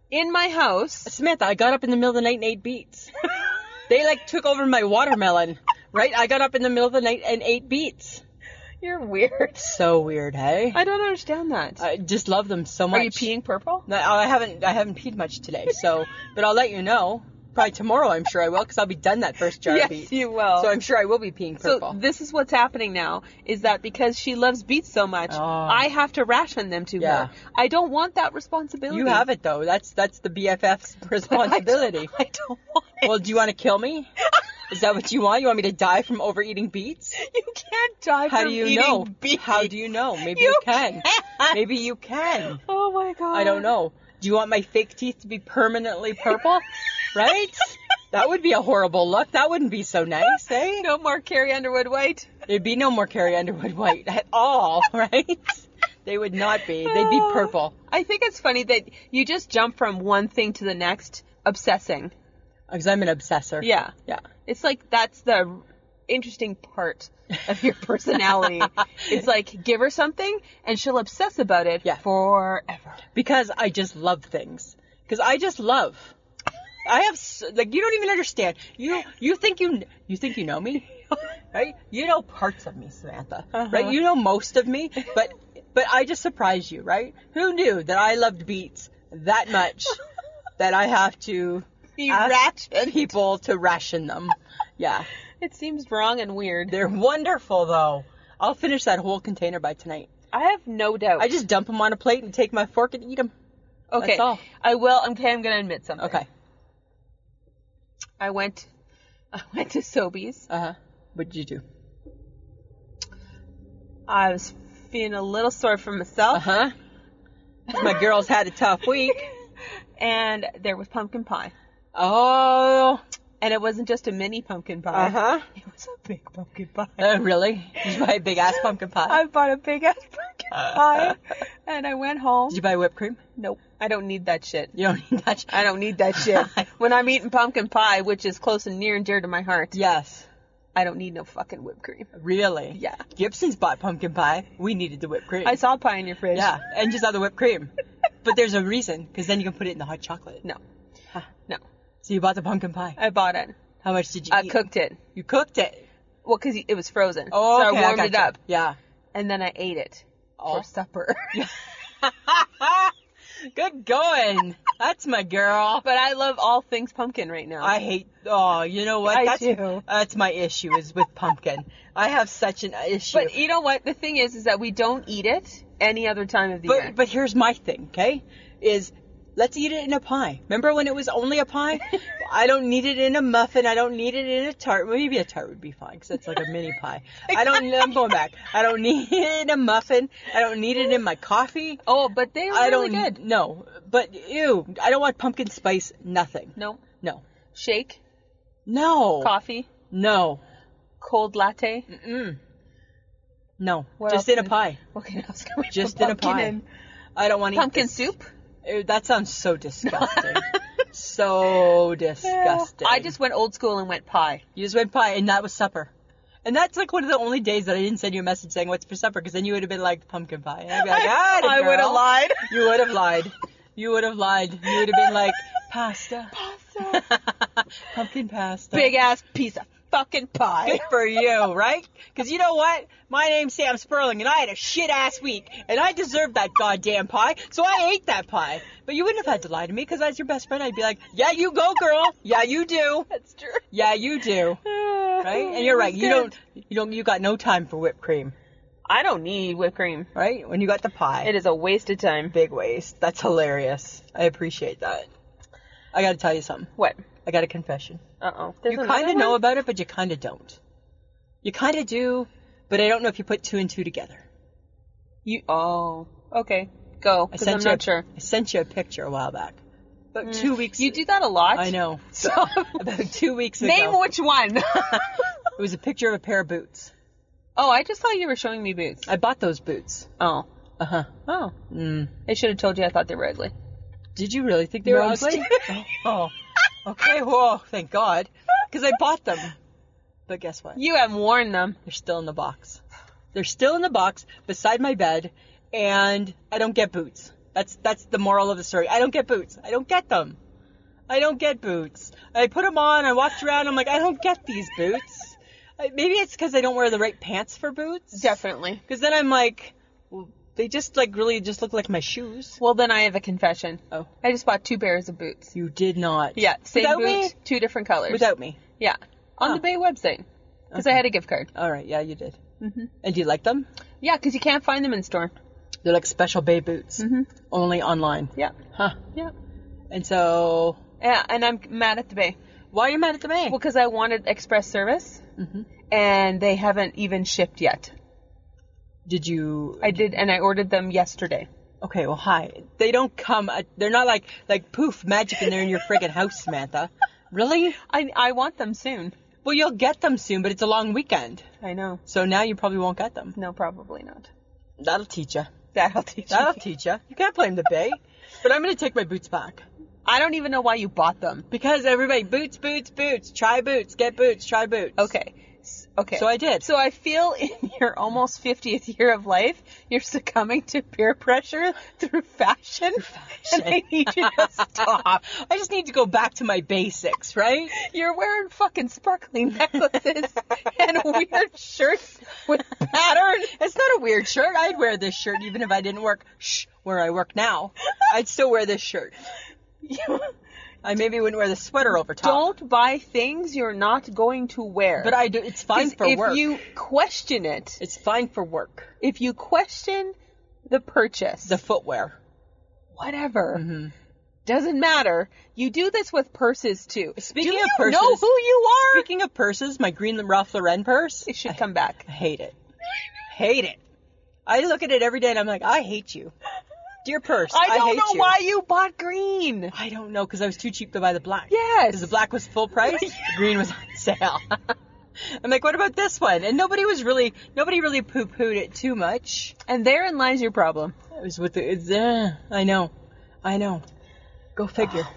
Speaker 1: in my house.
Speaker 2: Samantha, I got up in the middle of the night and ate beets. [laughs] they like took over my watermelon, right? I got up in the middle of the night and ate beets.
Speaker 1: You're weird.
Speaker 2: So weird, hey?
Speaker 1: I don't understand that.
Speaker 2: I just love them so much.
Speaker 1: Are you peeing purple?
Speaker 2: No, I haven't. I haven't peed much today, so but I'll let you know. Probably tomorrow, I'm sure I will, because I'll be done that first jar of beets.
Speaker 1: Yes, you will.
Speaker 2: So I'm sure I will be peeing
Speaker 1: So
Speaker 2: purple.
Speaker 1: this is what's happening now is that because she loves beets so much,
Speaker 2: Oh.
Speaker 1: I have to ration them to
Speaker 2: Yeah.
Speaker 1: her. I don't want that responsibility.
Speaker 2: you have it though. That's that's the BFF's responsibility.
Speaker 1: [laughs] I don't want it.
Speaker 2: well, do you want to kill me? Is that what you want? You want me to die from overeating beets?
Speaker 1: You can't die
Speaker 2: How
Speaker 1: from
Speaker 2: do you
Speaker 1: eating
Speaker 2: know?
Speaker 1: beets.
Speaker 2: How do you know? Maybe you,
Speaker 1: You
Speaker 2: can. Maybe you can.
Speaker 1: Oh my god.
Speaker 2: I don't know. Do you want my fake teeth to be permanently purple? right? That would be a horrible look. That wouldn't be so nice, eh?
Speaker 1: No more Carrie Underwood White.
Speaker 2: There'd be no more Carrie Underwood white at all, [laughs] right? They would not be. They'd be purple.
Speaker 1: I think it's funny that you just jump from one thing to the next obsessing.
Speaker 2: Because I'm an obsessor.
Speaker 1: Yeah.
Speaker 2: Yeah.
Speaker 1: It's like that's the interesting part of your personality.
Speaker 2: [laughs]
Speaker 1: it's like give her something and she'll obsess about it
Speaker 2: Yeah. [laughs]
Speaker 1: forever.
Speaker 2: Because I just love things. Because I just love. I have s like you don't even understand. You you think you kn- you think you
Speaker 1: [laughs]
Speaker 2: know me, right? You know parts of me, Samantha,
Speaker 1: Uh-huh.
Speaker 2: right? You know most of me, but but I just surprise you, right? Who knew that I loved beats that
Speaker 1: [laughs]
Speaker 2: much that I have to
Speaker 1: Be
Speaker 2: ask
Speaker 1: ratchet.
Speaker 2: people to ration them? Yeah,
Speaker 1: It seems wrong and weird.
Speaker 2: they're wonderful though. I'll finish that whole container by tonight.
Speaker 1: I have no doubt.
Speaker 2: I just dump them on a plate and take my fork and eat them.
Speaker 1: okay.
Speaker 2: that's all.
Speaker 1: I will. Okay, I'm gonna admit something.
Speaker 2: Okay.
Speaker 1: I went. [laughs] I went to Sobeys.
Speaker 2: Uh huh. What'd you do?
Speaker 1: I was feeling a little sore for myself,
Speaker 2: Uh
Speaker 1: [laughs]
Speaker 2: huh. My girls had a tough week.
Speaker 1: and there was pumpkin pie.
Speaker 2: Oh.
Speaker 1: And it wasn't just a mini pumpkin pie.
Speaker 2: Uh huh.
Speaker 1: It was a big pumpkin pie.
Speaker 2: Uh, really? Did you buy a big ass pumpkin pie?
Speaker 1: I bought a big ass pumpkin pie, and I went home.
Speaker 2: Did you buy whipped cream?
Speaker 1: Nope, I don't need that shit.
Speaker 2: You don't need that.
Speaker 1: I don't need [laughs] that shit. when I'm eating pumpkin pie, which is close and near and dear to my heart,
Speaker 2: Yes.
Speaker 1: I don't need no fucking whipped cream.
Speaker 2: Really?
Speaker 1: Yeah.
Speaker 2: Gibson's bought pumpkin pie. We needed the whipped cream.
Speaker 1: I saw pie in your fridge.
Speaker 2: Yeah, and just other whipped cream. But there's a reason, because then you can put it in the hot chocolate.
Speaker 1: No,
Speaker 2: Huh.
Speaker 1: no,
Speaker 2: So you bought the pumpkin pie.
Speaker 1: I bought it.
Speaker 2: How much did you
Speaker 1: I
Speaker 2: eat?
Speaker 1: cooked it.
Speaker 2: You cooked it.
Speaker 1: Well, 'cause it was frozen.
Speaker 2: Oh,
Speaker 1: so
Speaker 2: okay,
Speaker 1: I warmed
Speaker 2: gotcha.
Speaker 1: it up,
Speaker 2: Yeah.
Speaker 1: and then I ate it
Speaker 2: Oh.
Speaker 1: for supper.
Speaker 2: [laughs] Good going. That's my girl.
Speaker 1: But I love all things pumpkin right now.
Speaker 2: I hate. Oh, you know what?
Speaker 1: I
Speaker 2: that's
Speaker 1: do.
Speaker 2: that's my issue is with pumpkin. I have such an issue.
Speaker 1: but you know what? The thing is, is that we don't eat it any other time of the
Speaker 2: But
Speaker 1: year.
Speaker 2: but here's my thing, okay? Is let's eat it in a pie. Remember when it was only a [laughs] pie? I don't need it in a muffin. I don't need it in a tart. Well, Maybe a tart would be fine because it's like a mini pie. I don't. I'm going back. I don't need it in a muffin. I don't need it in my coffee.
Speaker 1: oh, but they are
Speaker 2: I
Speaker 1: really
Speaker 2: don't.
Speaker 1: good.
Speaker 2: No, but ew. I don't want pumpkin spice. Nothing.
Speaker 1: No
Speaker 2: No.
Speaker 1: shake,
Speaker 2: No.
Speaker 1: coffee,
Speaker 2: No.
Speaker 1: cold latte.
Speaker 2: No.
Speaker 1: Mm. What
Speaker 2: Just
Speaker 1: else
Speaker 2: in a
Speaker 1: is-
Speaker 2: pie.
Speaker 1: Okay, now it's gonna be
Speaker 2: Just in a
Speaker 1: pumpkin
Speaker 2: pie.
Speaker 1: and
Speaker 2: I don't want to
Speaker 1: pumpkin
Speaker 2: eat this.
Speaker 1: soup.
Speaker 2: Ew, that sounds so
Speaker 1: [laughs]
Speaker 2: disgusting. so [laughs] disgusting.
Speaker 1: I just went old school and went pie.
Speaker 2: you just went pie, and that was supper. And that's like one of the only days that I didn't send you a message saying what's for supper, because then you would have been like pumpkin pie. And I'd be
Speaker 1: [laughs]
Speaker 2: like, ah,
Speaker 1: I would have lied.
Speaker 2: You would have lied. You would have lied. You would have been like pasta,
Speaker 1: [laughs]
Speaker 2: [laughs] pumpkin pasta.
Speaker 1: Big ass piece of fucking pie.
Speaker 2: Good for you, right? Because you know what? My name's Sam Sperling, and I had a shit ass week, and I deserved that goddamn pie, so I ate that pie. But you wouldn't have had to lie to me, because as your best friend, I'd be like, yeah, you go, girl. Yeah, you do.
Speaker 1: [laughs] That's true.
Speaker 2: Yeah, you do. Right? And you're right. You don't. You don't. You got no time for whipped cream,
Speaker 1: I don't need whipped cream.
Speaker 2: right? When you got the pie,
Speaker 1: It is a waste of time.
Speaker 2: big waste. That's hilarious. I appreciate that. I got to tell you something.
Speaker 1: What?
Speaker 2: I got a confession.
Speaker 1: Uh oh.
Speaker 2: you kind of know about it, but you kind of don't. You kind of do, but I don't know if you put two and two together.
Speaker 1: You. Oh. Okay. Go.
Speaker 2: I
Speaker 1: Because
Speaker 2: sent
Speaker 1: I'm
Speaker 2: you.
Speaker 1: not sure.
Speaker 2: I sent you a picture a while back, about two weeks.
Speaker 1: Mm. You do that a lot.
Speaker 2: I know. [laughs]
Speaker 1: [laughs] So
Speaker 2: About two weeks ago,
Speaker 1: name which one.
Speaker 2: it was a picture of a pair of boots.
Speaker 1: [laughs] oh, I just thought you were showing me boots.
Speaker 2: I bought those boots.
Speaker 1: Oh.
Speaker 2: Uh huh.
Speaker 1: Oh.
Speaker 2: Mm.
Speaker 1: I should have told you I thought they were ugly.
Speaker 2: Did you really think they were
Speaker 1: No, I'm
Speaker 2: ugly?
Speaker 1: stupid.
Speaker 2: [laughs] Oh. oh. Okay. Whoa. Thank God, because I bought them. But guess what?
Speaker 1: You haven't worn them.
Speaker 2: They're still in the box. They're still in the box beside my bed, and I don't get boots. That's that's the moral of the story. I don't get boots. I don't get them. I don't get boots. I put them on. I walked around. I'm like, I don't get these boots. I, maybe it's because I don't wear the right pants for boots.
Speaker 1: Definitely.
Speaker 2: Because then I'm like, well, they just like really just look like my shoes.
Speaker 1: Well, then I have a confession.
Speaker 2: Oh,
Speaker 1: I just bought two pairs of boots.
Speaker 2: you did not.
Speaker 1: Yeah, same
Speaker 2: Without
Speaker 1: boot,
Speaker 2: me?
Speaker 1: two different colors.
Speaker 2: Without me.
Speaker 1: yeah, on
Speaker 2: Huh.
Speaker 1: the Bay website because I had a gift card.
Speaker 2: All right. Yeah, you did. Mm-hmm. And do you like them?
Speaker 1: Yeah, because you can't find them in store.
Speaker 2: They're like special bay boots, only online.
Speaker 1: Yeah,
Speaker 2: Huh.
Speaker 1: yeah,
Speaker 2: And so,
Speaker 1: yeah. And I'm mad at the Bay.
Speaker 2: why are you mad at the bank?
Speaker 1: Well, because I wanted express service, and they haven't even shipped yet.
Speaker 2: Did you?
Speaker 1: I did, and I ordered them yesterday.
Speaker 2: okay, well, hi. They don't come. At, they're not like like poof magic, and they're in your friggin' house, Samantha. Really?
Speaker 1: I I want them soon.
Speaker 2: Well, you'll get them soon, but it's a long weekend,
Speaker 1: I know.
Speaker 2: so now you probably won't get them.
Speaker 1: No, probably not.
Speaker 2: That'll teach you.
Speaker 1: That'll teach you.
Speaker 2: That'll teach you. You can't blame the bay. But I'm gonna take my boots back
Speaker 1: I don't even know why you bought them.
Speaker 2: because everybody boots, boots, boots. Try boots, get boots, try boots. [laughs]
Speaker 1: Okay. S- Okay.
Speaker 2: So I did.
Speaker 1: So I feel [laughs] in your almost 50th year of life, you're succumbing to peer pressure through fashion. [laughs]
Speaker 2: [laughs]
Speaker 1: And I need you to stop.
Speaker 2: Stop. [laughs] I just need to go back to my basics, right?
Speaker 1: You're wearing fucking sparkly necklaces [laughs] and weird shirts with pattern.
Speaker 2: [laughs] It's not a weird shirt. I'd wear this shirt even if I didn't work shh, where I work now. I'd still wear this shirt.
Speaker 1: You
Speaker 2: Uh, I maybe wouldn't wear the sweater over top.
Speaker 1: don't buy things you're not going to wear.
Speaker 2: But I do. It's fine
Speaker 1: 'Cause
Speaker 2: for
Speaker 1: if
Speaker 2: work.
Speaker 1: you question it,
Speaker 2: It's fine for work.
Speaker 1: if you question the purchase,
Speaker 2: The Mm-hmm. footwear.
Speaker 1: whatever. Doesn't matter. You do this with purses too.
Speaker 2: Speaking
Speaker 1: do
Speaker 2: of
Speaker 1: you
Speaker 2: purses-
Speaker 1: know who you are? [laughs]
Speaker 2: Speaking of purses, my green Ralph Lauren purse.
Speaker 1: it should come back.
Speaker 2: I hate it. Hate it. I look at it every day and I'm like, I hate you, dear purse.
Speaker 1: I don't
Speaker 2: hate
Speaker 1: know
Speaker 2: you.
Speaker 1: why you bought green.
Speaker 2: I don't know because I was too cheap to buy the black.
Speaker 1: Yes.
Speaker 2: Because the black was full price, the green was on sale. [laughs] I'm like, what about this one? And nobody was really, nobody really poo pooed it too much.
Speaker 1: And therein lies your problem.
Speaker 2: It was with the, it's, uh, I know, I know. Go figure.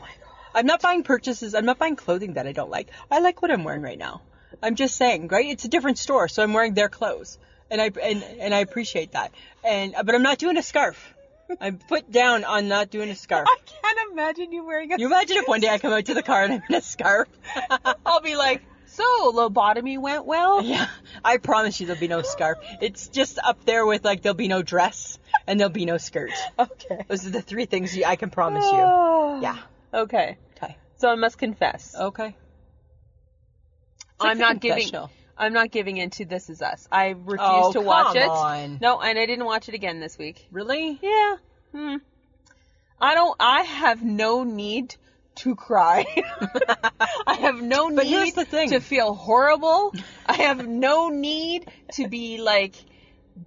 Speaker 2: I'm not buying purchases. I'm not buying clothing that I don't like. I like what I'm wearing right now. I'm just saying, right? It's a different store, so I'm wearing their clothes, and I and and I appreciate that. And but I'm not doing a scarf. I'm put down on not doing
Speaker 1: [laughs]
Speaker 2: a scarf.
Speaker 1: I can't imagine you wearing a.
Speaker 2: You imagine if one day I come out to the car and I'm in a scarf. [laughs]
Speaker 1: I'll be like, So lobotomy went well.
Speaker 2: [laughs] Yeah, I promise you there'll be no scarf. It's just up there with like there'll be no dress and there'll be no skirt.
Speaker 1: Okay.
Speaker 2: Those are the three things you, I can promise you.
Speaker 1: [sighs] Oh.
Speaker 2: Yeah.
Speaker 1: Okay.
Speaker 2: Okay.
Speaker 1: So I must confess,
Speaker 2: Okay.
Speaker 1: I'm
Speaker 2: It's like
Speaker 1: not
Speaker 2: the
Speaker 1: giving.
Speaker 2: confessional.
Speaker 1: I'm not giving in to This Is Us. I refuse
Speaker 2: Oh,
Speaker 1: to watch
Speaker 2: come
Speaker 1: it.
Speaker 2: on.
Speaker 1: No, and I didn't watch it again this week.
Speaker 2: Really?
Speaker 1: Yeah. Hmm. I don't. I have no need to cry. [laughs] I have no
Speaker 2: [laughs] But here's
Speaker 1: need
Speaker 2: the thing.
Speaker 1: to feel horrible. I have no need to be like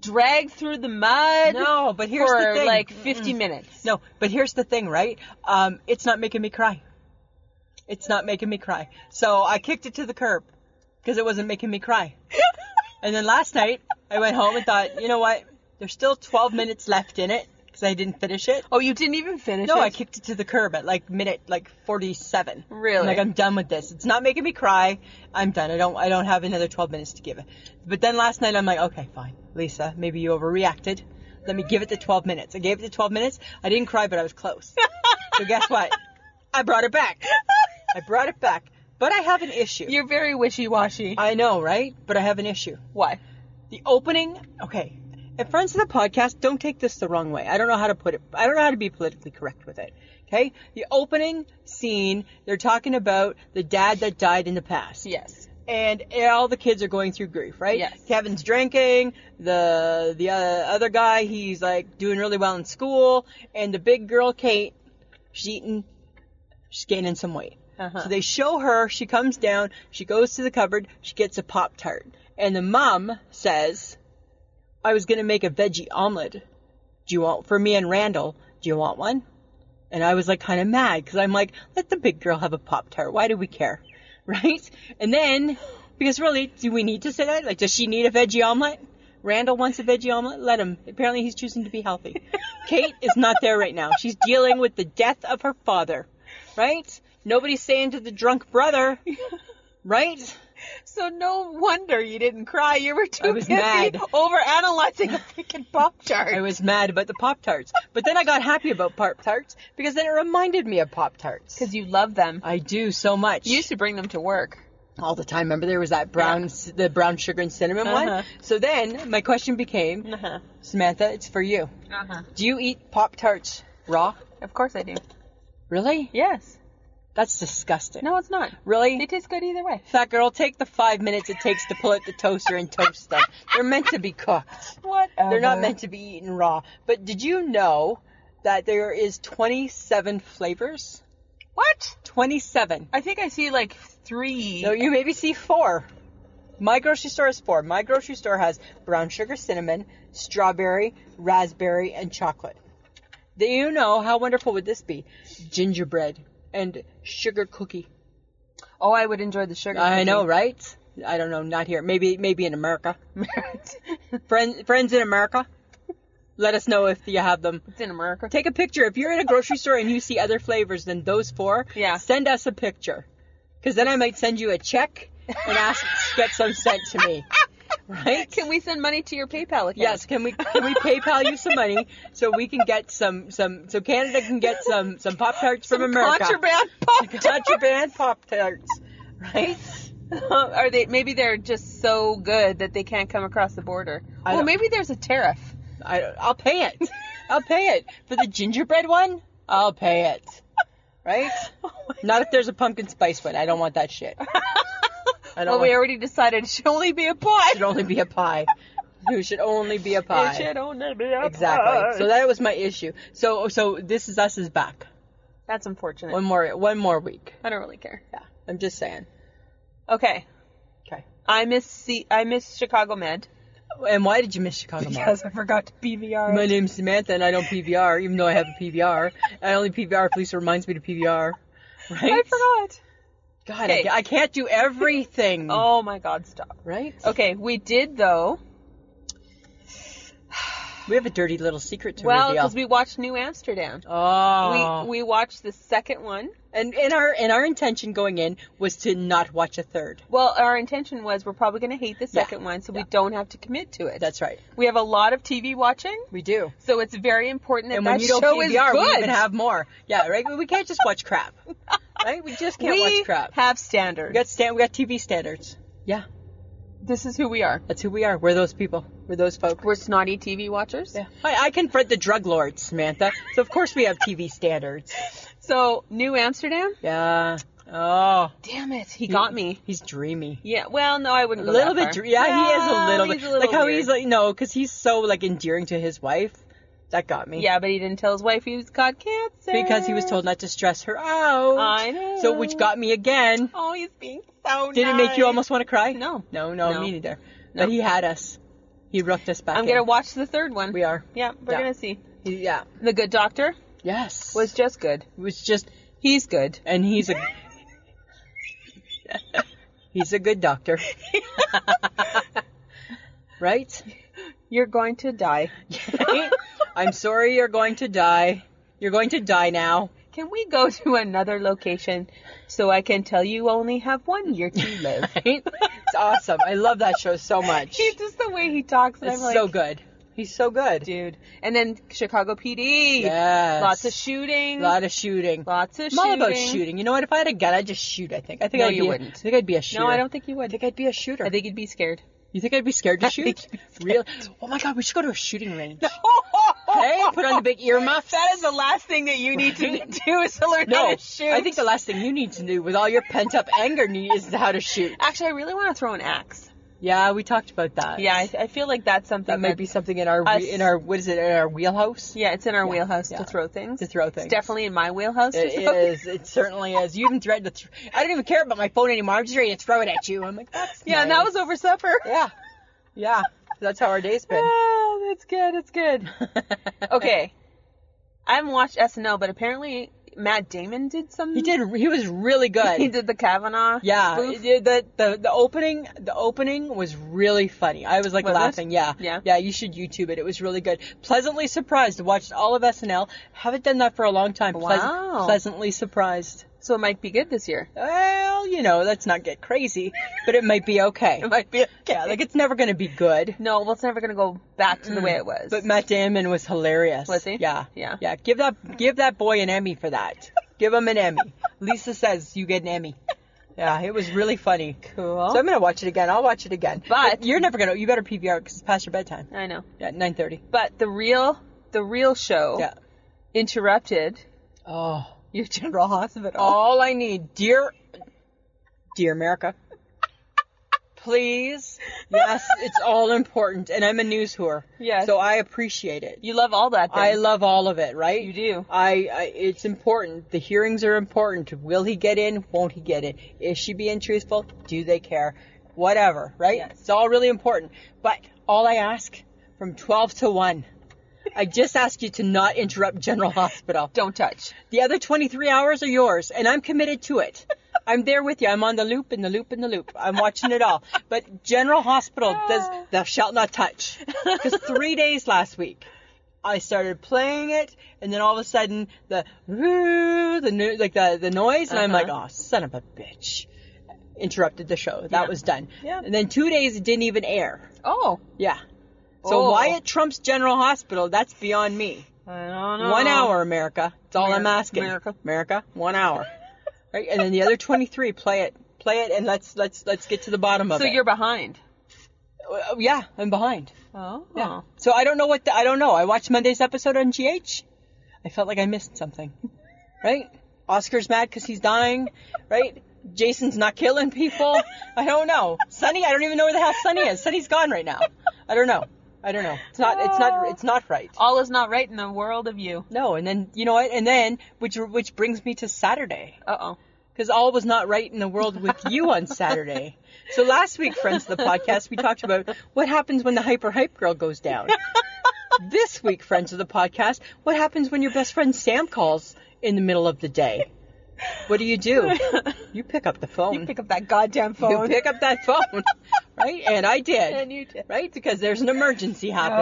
Speaker 1: dragged through the mud
Speaker 2: No, but here's
Speaker 1: for
Speaker 2: the thing.
Speaker 1: like 50 minutes.
Speaker 2: No, but here's the thing, right? Um, it's not making me cry. It's not making me cry. So I kicked it to the curb because it wasn't making
Speaker 1: [laughs]
Speaker 2: me cry. and then last night I went home and thought, you know what? There's still 12 minutes left in it because I didn't finish it.
Speaker 1: Oh, you didn't even finish
Speaker 2: No,
Speaker 1: it.
Speaker 2: I kicked it to the curb at like minute like 47.
Speaker 1: Really?
Speaker 2: I'm like I'm done with this. It's not making me cry. I'm done. I don't I don't have another 12 minutes to give it. But then last night I'm like, okay, fine. Lisa, maybe you overreacted. Let me give it the 12 minutes. I gave it the 12 minutes. I didn't cry, but I was close. so guess what? I brought it back. I brought it back. But I have an issue.
Speaker 1: You're very wishy-washy.
Speaker 2: I know, right? But I have an issue.
Speaker 1: Why?
Speaker 2: The opening, okay. And friends of the podcast, don't take this the wrong way. I don't know how to put it. I don't know how to be politically correct with it. Okay? The opening scene, they're talking about the dad that died in the past.
Speaker 1: Yes.
Speaker 2: And all the kids are going through grief, right?
Speaker 1: Yes.
Speaker 2: Kevin's drinking. The the uh, other guy, he's like doing really well in school, and the big girl Kate, she's eating, she's gaining some weight.
Speaker 1: Uh-huh.
Speaker 2: So they show her. She comes down. She goes to the cupboard. She gets a pop tart, and the mom says, "I was gonna make a veggie omelet. Do you want for me and Randall? Do you want one?" And I was like kind of mad because I'm like, let the big girl have a pop tart. Why do we care, [laughs] right? And then because really, do we need to say that? Like, does she need a veggie omelet? Randall wants a veggie omelet. Let him. Apparently, he's choosing to be healthy. Kate is not there right now. She's dealing with the death of her father, right? Nobody's saying to the drunk brother, right?
Speaker 1: So no wonder you didn't cry. You were too
Speaker 2: I was
Speaker 1: busy
Speaker 2: mad.
Speaker 1: over analyzing a freaking pop chart.
Speaker 2: I was mad about the Pop Tarts. But then I got happy about Pop Tarts because then it reminded me of Pop Tarts.
Speaker 1: Because you love them.
Speaker 2: I do so much.
Speaker 1: You used to bring them to work.
Speaker 2: all the time. Remember, there was that brown, c the brown sugar and cinnamon
Speaker 1: Uh-huh.
Speaker 2: one. So then my question became,
Speaker 1: Uh-huh.
Speaker 2: Samantha, it's for you.
Speaker 1: Uh-huh.
Speaker 2: Do you eat Pop Tarts raw?
Speaker 1: Of course I do.
Speaker 2: Really?
Speaker 1: Yes.
Speaker 2: That's disgusting.
Speaker 1: No, it's not. They
Speaker 2: Really?
Speaker 1: taste good either way.
Speaker 2: Fat girl, take the five minutes it takes to pull out the toaster and toast them. They're meant to be cooked.
Speaker 1: What?
Speaker 2: They're not meant to be eaten raw. But did you know that there is 27 flavors?
Speaker 1: What?
Speaker 2: 27.
Speaker 1: I think I see like three.
Speaker 2: No, you maybe see four. My grocery store has four. My grocery store has brown sugar, cinnamon, strawberry, raspberry, and chocolate. Do you know how wonderful would this be? Gingerbread and sugar cookie.
Speaker 1: oh, I would enjoy the sugar.
Speaker 2: I know, right? I don't know. Not here. Maybe, maybe in America.
Speaker 1: right?
Speaker 2: Friends, friends in America, let us know if you have them.
Speaker 1: [laughs] it's in [laughs] America.
Speaker 2: Take a picture. If you're in a grocery store and you see other flavors than those four,
Speaker 1: Yeah.
Speaker 2: send us a picture. Because then I might send you a check and ask to get
Speaker 1: [laughs]
Speaker 2: some sent to me. Right?
Speaker 1: Can we send money to your PayPal account?
Speaker 2: Yes, can we can we PayPal you some money so we can get some some so Canada can get some some Pop Tarts from America. [laughs]
Speaker 1: [laughs] Contraband pop.
Speaker 2: Contraband Pop Tarts. Right?
Speaker 1: Are they? Maybe they're just so good that they can't come across the border.
Speaker 2: I
Speaker 1: well,
Speaker 2: don't-
Speaker 1: maybe there's a tariff.
Speaker 2: I I'll pay it. I'll pay it. For the gingerbread one, I'll pay it. Right?
Speaker 1: [laughs]
Speaker 2: Not if there's a pumpkin spice one. I don't want that shit. I don't
Speaker 1: Well,
Speaker 2: want
Speaker 1: we already decided it should only be a pie.
Speaker 2: it should only be a pie. It should only be a pie.
Speaker 1: It should only be a pie.
Speaker 2: exactly. So that was my issue. So so this is us is back.
Speaker 1: that's unfortunate.
Speaker 2: One more one more week.
Speaker 1: I don't really care.
Speaker 2: Yeah. I'm just saying.
Speaker 1: Okay,
Speaker 2: Okay.
Speaker 1: I miss C- I miss Chicago Med
Speaker 2: And why did you miss Chicago Mall?
Speaker 1: I forgot to PVR.
Speaker 2: My name's Samantha and I don't PVR, even though I have a PVR. I only PVR if Lisa reminds me to PVR. Right?
Speaker 1: I forgot.
Speaker 2: God, I,
Speaker 1: Okay.
Speaker 2: ca- I can't do everything.
Speaker 1: Oh my God! Stop.
Speaker 2: Right? Oh,
Speaker 1: Okay, we did though.
Speaker 2: We have a dirty little secret to
Speaker 1: Well,
Speaker 2: reveal.
Speaker 1: because we watched New Amsterdam.
Speaker 2: oh.
Speaker 1: We we watched the second one.
Speaker 2: and, and our and our intention going in was to not watch a third.
Speaker 1: Well, our intention was we're probably going to hate the second one, so we
Speaker 2: Yeah.
Speaker 1: don't have to commit to it.
Speaker 2: That's right.
Speaker 1: we have a lot of TV watching,
Speaker 2: We do.
Speaker 1: so it's very important that
Speaker 2: And
Speaker 1: that
Speaker 2: when you don't
Speaker 1: show is
Speaker 2: PVR, we
Speaker 1: good.
Speaker 2: even have more. Yeah, right? We can't just watch crap. right? We just can't
Speaker 1: we
Speaker 2: watch crap.
Speaker 1: have standards.
Speaker 2: We got stand. We got TV standards. Yeah,
Speaker 1: this is who we are.
Speaker 2: that's who we are. We're those people. We're those folk.
Speaker 1: We're snotty TV watchers.
Speaker 2: Yeah. I, I confront the drug lords, Samantha. So of course we have TV standards.
Speaker 1: So New Amsterdam.
Speaker 2: Yeah. Oh,
Speaker 1: Damn it, he got me.
Speaker 2: He's dreamy.
Speaker 1: Hmm. Yeah. Well, no, I wouldn't.
Speaker 2: A
Speaker 1: Go
Speaker 2: little
Speaker 1: that
Speaker 2: bit.
Speaker 1: far.
Speaker 2: Dre- yeah, he is a little
Speaker 1: he's
Speaker 2: bit.
Speaker 1: a little
Speaker 2: like how
Speaker 1: weird.
Speaker 2: he's like no, because he's so like endearing to his wife. That got me.
Speaker 1: Yeah, but he didn't tell his wife he was got cancer
Speaker 2: Because he was told not to stress her out.
Speaker 1: I know.
Speaker 2: So which got me again.
Speaker 1: Oh, he's being so.
Speaker 2: Did it make you
Speaker 1: nice.
Speaker 2: almost want to cry?
Speaker 1: No.
Speaker 2: No, no,
Speaker 1: No.
Speaker 2: me neither.
Speaker 1: No.
Speaker 2: But he had us. He rooked us back.
Speaker 1: I'm
Speaker 2: in.
Speaker 1: gonna watch the third one.
Speaker 2: We are.
Speaker 1: Yeah, we're
Speaker 2: Yeah.
Speaker 1: gonna see.
Speaker 2: Yeah.
Speaker 1: The Good Doctor
Speaker 2: Yes.
Speaker 1: was just good.
Speaker 2: it was just
Speaker 1: He's good.
Speaker 2: and he's a [laughs] he's a good doctor. [laughs] right?
Speaker 1: [laughs]
Speaker 2: [laughs]
Speaker 1: You're going to die.
Speaker 2: I'm sorry you're going to die. You're going to die now.
Speaker 1: Can we go to another location so I can tell you only have one year to live?
Speaker 2: [laughs] Right? It's
Speaker 1: [laughs]
Speaker 2: awesome. I love that show so much.
Speaker 1: He's just the way he talks, and
Speaker 2: it's
Speaker 1: I'm like,
Speaker 2: so good. He's so good.
Speaker 1: dude. And then Chicago PD.
Speaker 2: Yes.
Speaker 1: Lots of shooting.
Speaker 2: A lot of shooting.
Speaker 1: lots of
Speaker 2: I'm
Speaker 1: shooting.
Speaker 2: all about shooting. You know what? If I had a gun, I'd just shoot. I think. I think
Speaker 1: No,
Speaker 2: I'd
Speaker 1: you
Speaker 2: be.
Speaker 1: wouldn't.
Speaker 2: I think I'd be a shooter.
Speaker 1: No, I don't think you
Speaker 2: I
Speaker 1: would.
Speaker 2: think I'd be a shooter.
Speaker 1: I think you'd be
Speaker 2: [laughs]
Speaker 1: scared.
Speaker 2: you think I'd be scared
Speaker 1: I
Speaker 2: to
Speaker 1: think
Speaker 2: shoot?
Speaker 1: you'd be scared.
Speaker 2: Real? Oh my god, we should go to a shooting range. [laughs] Okay,
Speaker 1: [laughs]
Speaker 2: put on the big earmuffs.
Speaker 1: That is the last thing that you need to
Speaker 2: Right?
Speaker 1: do is to learn
Speaker 2: no,
Speaker 1: how to shoot.
Speaker 2: I think the last thing you need to do with all your pent up anger need- is how to shoot.
Speaker 1: Actually, I really want to throw an axe.
Speaker 2: Yeah, we talked about that.
Speaker 1: Yeah, I, I feel like that's something
Speaker 2: that might be something in our
Speaker 1: us-
Speaker 2: in our what is it in our wheelhouse
Speaker 1: Yeah, it's in our wheelhouse
Speaker 2: yeah.
Speaker 1: to throw things.
Speaker 2: to throw things.
Speaker 1: It's definitely in my wheelhouse. to
Speaker 2: It
Speaker 1: throw
Speaker 2: is. It certainly is. You even threatened to. Th- I don't even care about my phone anymore. I'm just ready to throw it at you. I'm like, that's
Speaker 1: [laughs] Yeah, and that
Speaker 2: nice.
Speaker 1: was over
Speaker 2: [laughs]
Speaker 1: supper.
Speaker 2: Yeah. Yeah. That's how our day's been. [laughs]
Speaker 1: Oh, that's good. It's good. Okay. I haven't watched SNL, but apparently Matt Damon did some.
Speaker 2: He did he was really good.
Speaker 1: [laughs] He did the Kavanaugh.
Speaker 2: Yeah.
Speaker 1: spoof.
Speaker 2: it- The, the the opening the opening was really funny. I was like
Speaker 1: Was it?
Speaker 2: laughing. Yeah.
Speaker 1: Yeah.
Speaker 2: Yeah, you should YouTube it. It was really good. Pleasantly surprised. Watched all of SNL. Haven't done that for a long time. Pleas-
Speaker 1: Wow.
Speaker 2: pleasantly surprised.
Speaker 1: So it might be good this year.
Speaker 2: Well, you know, let's not get crazy, but it might be okay.
Speaker 1: It might be.
Speaker 2: Yeah, like it's never gonna be good.
Speaker 1: No, well, it's never gonna go back to the way it was.
Speaker 2: Mm. But Matt Damon was hilarious.
Speaker 1: Was he?
Speaker 2: Yeah.
Speaker 1: Yeah.
Speaker 2: Yeah. Give that give that boy an Emmy for that. give him an
Speaker 1: [laughs]
Speaker 2: Emmy. Lisa says you get an Emmy. Yeah, it was really funny.
Speaker 1: cool.
Speaker 2: So I'm gonna watch it again. I'll watch it again.
Speaker 1: But-
Speaker 2: you're never gonna. You better PVR because it's past your bedtime.
Speaker 1: I know.
Speaker 2: Yeah, 9:30.
Speaker 1: But the real, the real show
Speaker 2: Yeah.
Speaker 1: interrupted
Speaker 2: Oh.
Speaker 1: your [laughs] General Hospital.
Speaker 2: All I need, dear, dear
Speaker 1: [laughs]
Speaker 2: America, please. [laughs] Yes, it's all important, and I'm a news whore.
Speaker 1: Yes.
Speaker 2: So I appreciate it.
Speaker 1: You love all that. Then.
Speaker 2: I love all of it, right?
Speaker 1: You do.
Speaker 2: I, I it's important. The hearings are important. Will he get in? Won't he get in? Is she being truthful? Do they care? Whatever, right?
Speaker 1: Yes.
Speaker 2: It's all really important. But all I ask from 12 to 1, I just ask you to not interrupt General Hospital.
Speaker 1: Don't touch.
Speaker 2: The other 23 hours are yours, and I'm committed
Speaker 1: [laughs]
Speaker 2: to it. I'm there with you. I'm on the loop and the loop and the loop. I'm watching it all. But General Hospital
Speaker 1: Oh.
Speaker 2: does thou shalt not touch.
Speaker 1: [laughs]
Speaker 2: Because three days last week, I started playing it, and then all of a sudden the the no- like the the noise, and I'm
Speaker 1: Uh-huh.
Speaker 2: like, oh son of a bitch, interrupted the show. That
Speaker 1: Yeah.
Speaker 2: was done.
Speaker 1: Yeah.
Speaker 2: And then two days it didn't even air.
Speaker 1: Oh.
Speaker 2: Yeah. So
Speaker 1: Oh.
Speaker 2: why it trumps General Hospital? That's beyond me.
Speaker 1: I don't know.
Speaker 2: One hour, America. That's all I'm
Speaker 1: Amer-
Speaker 2: asking.
Speaker 1: Oh. America.
Speaker 2: America. One
Speaker 1: [laughs]
Speaker 2: hour. right, and then the other 23, play it, play it, and let's let's let's get to the bottom of
Speaker 1: So
Speaker 2: it.
Speaker 1: you're behind.
Speaker 2: Uh, yeah, I'm behind.
Speaker 1: Oh.
Speaker 2: Yeah. So I don't know what the, I don't know. I watched Monday's episode on GH. I felt like I missed something. Right? Oscar's mad because he's dying. Right? Jason's not killing people. I don't know. Sunny, I don't even know where the hell Sunny is. Sunny's gone right now. I don't know. I don't know. It's not. It's not. It's not right.
Speaker 1: All is not right in the world of you.
Speaker 2: No, and then you know what? And then which which brings me to Saturday
Speaker 1: Uh oh.
Speaker 2: because all was not right in the world with you on Saturday. So last week, friends of the podcast, we talked about what happens when the hyper hype girl goes down. this week, friends of the podcast, what happens when your best friend Sam calls in the middle of the day? What do [laughs] you do? You pick up the phone.
Speaker 1: You pick up that goddamn
Speaker 2: You
Speaker 1: phone.
Speaker 2: pick up that phone, [laughs] right? And I
Speaker 1: [laughs]
Speaker 2: did,
Speaker 1: And you did.
Speaker 2: right? Because there's an emergency happening,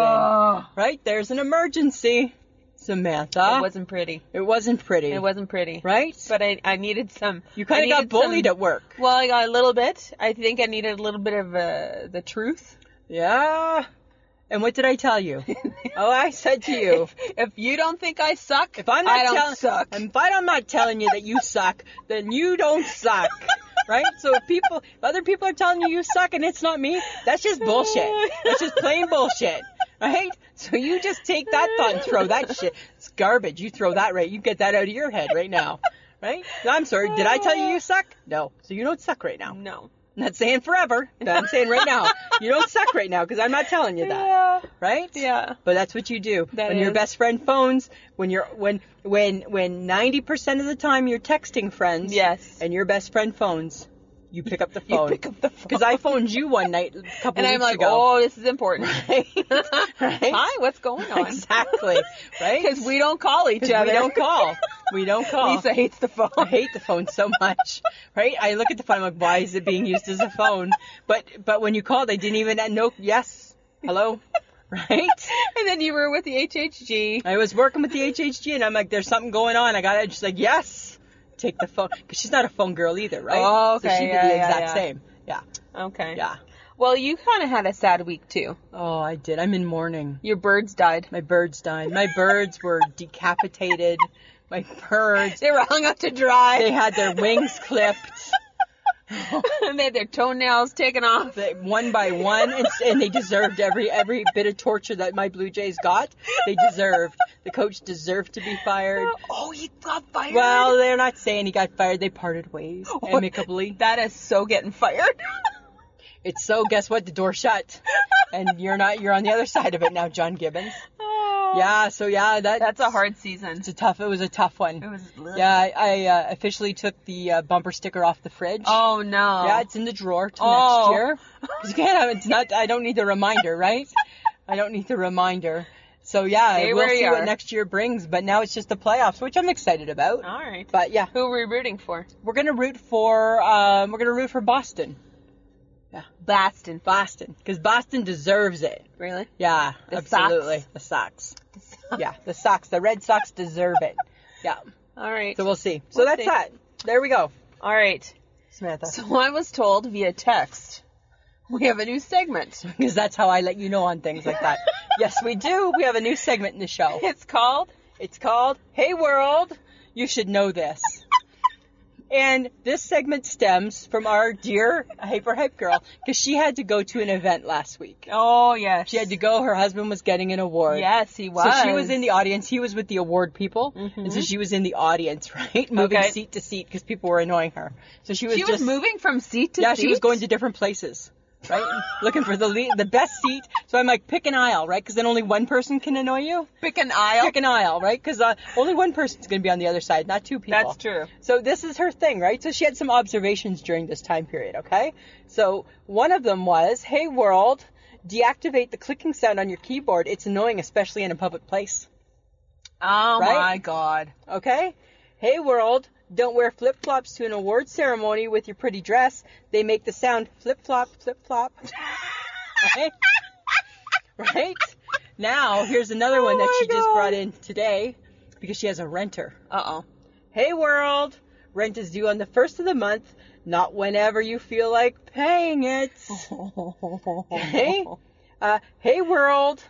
Speaker 1: Oh.
Speaker 2: right? There's an emergency, Samantha.
Speaker 1: It wasn't pretty.
Speaker 2: It wasn't pretty.
Speaker 1: It wasn't pretty.
Speaker 2: right.
Speaker 1: But I, I needed some.
Speaker 2: you kind
Speaker 1: I
Speaker 2: of got
Speaker 1: needed some-
Speaker 2: bullied at work.
Speaker 1: Well, I got a little bit. I think I needed a little bit of uh, the truth.
Speaker 2: Yeah. And what did I tell you?
Speaker 1: [laughs]
Speaker 2: oh, I said to [laughs] you,
Speaker 1: If you don't think I suck,
Speaker 2: if I'm not
Speaker 1: I don't
Speaker 2: telling,
Speaker 1: suck.
Speaker 2: and if I'm [laughs] not telling you that you suck, then you don't [laughs] suck, right? So if people, if other people are telling you you suck and it's not me, that's just bullshit. That's just plain bullshit, right? So you just take that thought and throw that shit. It's garbage. You throw that right. You get that out of your head right now, right? I'm sorry. Did I tell you you suck? No. So you don't suck right now.
Speaker 1: no.
Speaker 2: I'm not saying forever, but I'm saying right now. You don't suck right now because I'm not telling you that,
Speaker 1: Yeah.
Speaker 2: right?
Speaker 1: Yeah.
Speaker 2: But that's what you do
Speaker 1: That
Speaker 2: when your
Speaker 1: is.
Speaker 2: best friend phones. When you're when when when ninety percent of the time you're texting friends.
Speaker 1: Yes.
Speaker 2: And your best friend phones, you pick up the
Speaker 1: You
Speaker 2: phone.
Speaker 1: pick up the phone.
Speaker 2: Because I phoned you one night a couple
Speaker 1: and
Speaker 2: weeks
Speaker 1: I'm like,
Speaker 2: ago.
Speaker 1: oh, this is important.
Speaker 2: [laughs]
Speaker 1: [laughs]
Speaker 2: Right?
Speaker 1: Hi, what's going on?
Speaker 2: exactly.
Speaker 1: [laughs]
Speaker 2: Right.
Speaker 1: Because we don't call each
Speaker 2: 'Cause
Speaker 1: other.
Speaker 2: we don't
Speaker 1: [laughs]
Speaker 2: call. We don't call.
Speaker 1: Lisa hates the phone.
Speaker 2: I hate the phone so much, right? I look at the phone, I'm like, why is it being used as a phone? But but when you called, I didn't even know. Yes, hello, [laughs] right?
Speaker 1: and then you were with the HHG.
Speaker 2: I was working with the HHG, and I'm like, there's something going on. I got it. She's like, yes, take the phone, because she's not a phone girl either, right?
Speaker 1: Oh,
Speaker 2: So
Speaker 1: okay,
Speaker 2: she did
Speaker 1: yeah,
Speaker 2: the
Speaker 1: yeah,
Speaker 2: exact
Speaker 1: yeah.
Speaker 2: same. Yeah,
Speaker 1: Okay.
Speaker 2: yeah.
Speaker 1: Well, you kind of had a sad week too.
Speaker 2: Oh, I did. I'm in mourning.
Speaker 1: Your birds died.
Speaker 2: My birds died. My birds were decapitated. My birds.
Speaker 1: They were hung up to dry. [laughs]
Speaker 2: They had their wings clipped.
Speaker 1: and they had their toenails taken off.
Speaker 2: that one by one, and, and they deserved every every bit of torture that my Blue Jays got. They deserved. The coach deserved to be fired.
Speaker 1: Oh, he got fired.
Speaker 2: Well, they're not saying he got fired. They parted ways
Speaker 1: Oh
Speaker 2: amicably.
Speaker 1: that is so getting fired. [laughs]
Speaker 2: It's so. Guess what? The door shut, and you're not. You're on the other side of it now, John Gibbons.
Speaker 1: oh,
Speaker 2: Yeah. So yeah, that
Speaker 1: That's a hard season.
Speaker 2: It's a tough. It was a tough one.
Speaker 1: It was.
Speaker 2: yeah, I, I uh, officially took the uh, bumper sticker off the fridge.
Speaker 1: Oh no.
Speaker 2: Yeah, it's in the drawer till
Speaker 1: Oh.
Speaker 2: next year. 'Cause you can't have- it's not. I don't need the reminder, right? I don't need the reminder. So yeah,
Speaker 1: Stay
Speaker 2: we'll
Speaker 1: where
Speaker 2: see
Speaker 1: you
Speaker 2: what
Speaker 1: are.
Speaker 2: next year brings. But now it's just the playoffs, which I'm excited about.
Speaker 1: All right.
Speaker 2: But yeah,
Speaker 1: Who were we rooting for?
Speaker 2: we're gonna root for um, we're gonna root for Boston,
Speaker 1: Boston.
Speaker 2: Boston, because Boston deserves it. [laughs]
Speaker 1: Really?
Speaker 2: Yeah,
Speaker 1: The Oh.
Speaker 2: absolutely.
Speaker 1: Sox?
Speaker 2: The Sox. Yeah, the Sox. The Red Sox deserve it. Yeah.
Speaker 1: All right.
Speaker 2: So we'll see. So
Speaker 1: We'll
Speaker 2: that's
Speaker 1: see.
Speaker 2: that. There we go,
Speaker 1: All right. [laughs]
Speaker 2: Samantha.
Speaker 1: So I was told via text we have a new
Speaker 2: [laughs]
Speaker 1: segment.
Speaker 2: Because that's how I let you know on things
Speaker 1: [laughs]
Speaker 2: like that. yes, we do. We have a new segment in the show.
Speaker 1: It's called
Speaker 2: It's called Hey World, You Should Know This. and this segment stems from our dear Hyper Hype Girl because she had to go to an event last week.
Speaker 1: Oh yes.
Speaker 2: She had to go. Her husband was getting an award.
Speaker 1: Yes, he was. Mm-hmm.
Speaker 2: So she was in the audience. He was with the award people, and so she was in the audience, [laughs] right, moving
Speaker 1: Okay.
Speaker 2: seat to seat because people were annoying her. So she was
Speaker 1: She was
Speaker 2: just
Speaker 1: moving from seat to
Speaker 2: yeah,
Speaker 1: seat.
Speaker 2: she was going to different places, right? [laughs] Looking for the le- the best seat. So I'm like, pick an aisle, right? Because then only one person can annoy you.
Speaker 1: pick an
Speaker 2: [laughs]
Speaker 1: aisle.
Speaker 2: Pick an aisle, right? Because uh, only one person's going to be on the other side, not two people.
Speaker 1: That's true.
Speaker 2: So this is her thing, right? So she had some observations during this time period, okay? So one of them was, "Hey world, deactivate the clicking sound on your keyboard. It's annoying, especially in a public place."
Speaker 1: Oh
Speaker 2: Right?
Speaker 1: my god.
Speaker 2: Okay? Hey world, don't wear flip flops to an award ceremony with your pretty dress. They make the sound flip flop, flip flop. [laughs] right? right? Now, here's another one that
Speaker 1: Oh
Speaker 2: she
Speaker 1: my
Speaker 2: just
Speaker 1: God.
Speaker 2: brought in today because she has a renter.
Speaker 1: Uh oh.
Speaker 2: Hey world, rent is due on the first of the month, not whenever you feel like paying it. [laughs]
Speaker 1: Hey?
Speaker 2: Uh, hey world.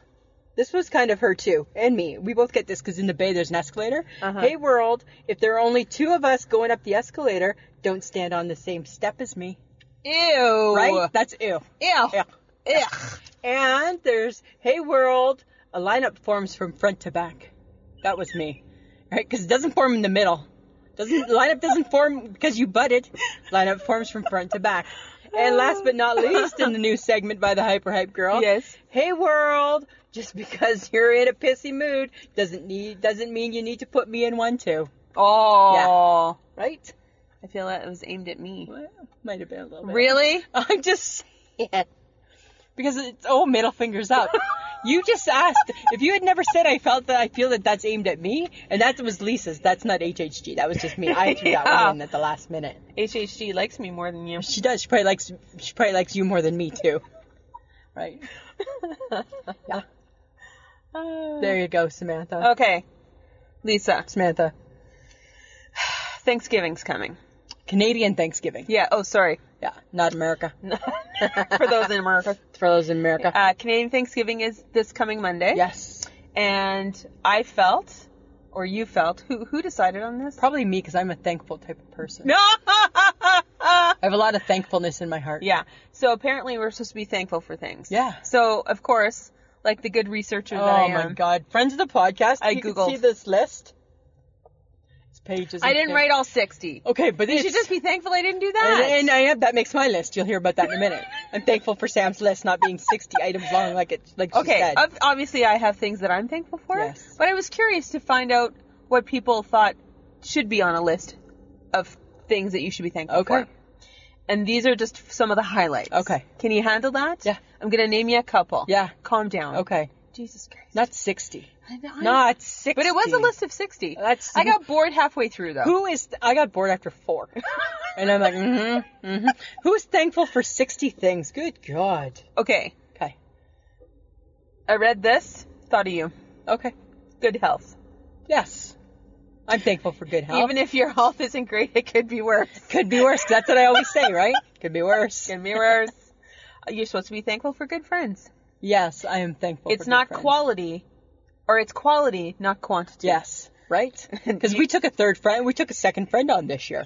Speaker 2: This was kind of her too, and me. We both get this because in the bay there's an escalator.
Speaker 1: Uh-huh.
Speaker 2: Hey world, if there are only two of us going up the escalator, don't stand on the same step as me.
Speaker 1: Ew.
Speaker 2: Right? That's ew.
Speaker 1: Ew.
Speaker 2: Yeah.
Speaker 1: Ugh.
Speaker 2: And there's hey world, a lineup forms from front to back. That was me, right? Because it doesn't form in the middle.
Speaker 1: [laughs]
Speaker 2: Doesn't lineup doesn't form because you butted. Lineup forms from front to back. And last but not least, in the new segment by the Hyper Hype
Speaker 1: [laughs] [laughs]
Speaker 2: Girl,
Speaker 1: Yes.
Speaker 2: Hey world, just because [laughs] you're in a pissy mood doesn't need doesn't mean you need to put me in one too,
Speaker 1: Oh.
Speaker 2: right?
Speaker 1: I feel that it was aimed at me.
Speaker 2: Well, might have been a little
Speaker 1: [laughs]
Speaker 2: bit.
Speaker 1: Really?
Speaker 2: [laughs] I'm just saying. Because it's oh middle fingers up. You just asked if you had never said I felt that I feel that that's aimed at me, and that was Lisa's. That's not HHG. That was just me. I threw that
Speaker 1: Yeah.
Speaker 2: one in at the last minute.
Speaker 1: HHG likes me more [laughs] than you.
Speaker 2: She does. She probably likes. She probably likes you more than me too. Right Yeah. there, you go, Samantha.
Speaker 1: Okay. Lisa,
Speaker 2: Samantha,
Speaker 1: Thanksgiving's coming.
Speaker 2: Canadian Thanksgiving.
Speaker 1: [laughs] Yeah. Oh, sorry.
Speaker 2: [laughs] Yeah, not America.
Speaker 1: [laughs] For those in America.
Speaker 2: for those in America.
Speaker 1: Uh, Canadian Thanksgiving is this coming Monday.
Speaker 2: Yes.
Speaker 1: And I felt, or you felt, who who decided on this?
Speaker 2: Probably me because I'm a thankful type of person.
Speaker 1: No.
Speaker 2: I have a lot of thankfulness in my
Speaker 1: [laughs]
Speaker 2: heart.
Speaker 1: yeah. So apparently we're supposed to be thankful for things.
Speaker 2: Yeah.
Speaker 1: So of course, like the good researcher
Speaker 2: Oh
Speaker 1: that I
Speaker 2: my
Speaker 1: am,
Speaker 2: God! Friends of the podcast.
Speaker 1: I
Speaker 2: you can
Speaker 1: Googled.
Speaker 2: see this list. It's pages.
Speaker 1: I
Speaker 2: and
Speaker 1: didn't
Speaker 2: pages.
Speaker 1: write all sixty.
Speaker 2: Okay, but
Speaker 1: You
Speaker 2: it's
Speaker 1: should just be thankful I didn't do that.
Speaker 2: And, and I have that makes my list. You'll hear about that in
Speaker 1: [laughs]
Speaker 2: a minute. I'm thankful for Sam's list not being 60 items long, like it like she
Speaker 1: okay.
Speaker 2: said.
Speaker 1: ob- Obviously, I have things that I'm thankful for.
Speaker 2: Yes.
Speaker 1: But I was curious to find out what people thought should be on a list of things that you should be thankful
Speaker 2: Okay.
Speaker 1: for. And these are just some of the highlights.
Speaker 2: Okay.
Speaker 1: Can you handle that?
Speaker 2: Yeah.
Speaker 1: I'm gonna name you a couple.
Speaker 2: Yeah.
Speaker 1: Calm down.
Speaker 2: Okay,
Speaker 1: Jesus Christ.
Speaker 2: not 60.
Speaker 1: I know.
Speaker 2: Not 60.
Speaker 1: But it was a list of 60.
Speaker 2: That's-
Speaker 1: I got bored halfway through though.
Speaker 2: Who is? I got bored after four, [laughs] and I'm like, mm-hmm, mm-hmm. Who's thankful for 60 things? Good God.
Speaker 1: [laughs] Okay.
Speaker 2: Okay.
Speaker 1: I read this. Thought of you.
Speaker 2: Okay.
Speaker 1: Good health.
Speaker 2: Yes. I'm thankful for good health.
Speaker 1: Even if your health isn't great, it could be worse.
Speaker 2: could be worse. 'cause That's what I always say, right? Could
Speaker 1: [laughs]
Speaker 2: be worse.
Speaker 1: Could be worse. You're supposed to be thankful for good friends.
Speaker 2: Yes, I am thankful. for
Speaker 1: it's
Speaker 2: good
Speaker 1: not
Speaker 2: friends.
Speaker 1: quality, or it's quality, not quantity.
Speaker 2: Yes, right? Because we took a third friend, we took a second friend on this year,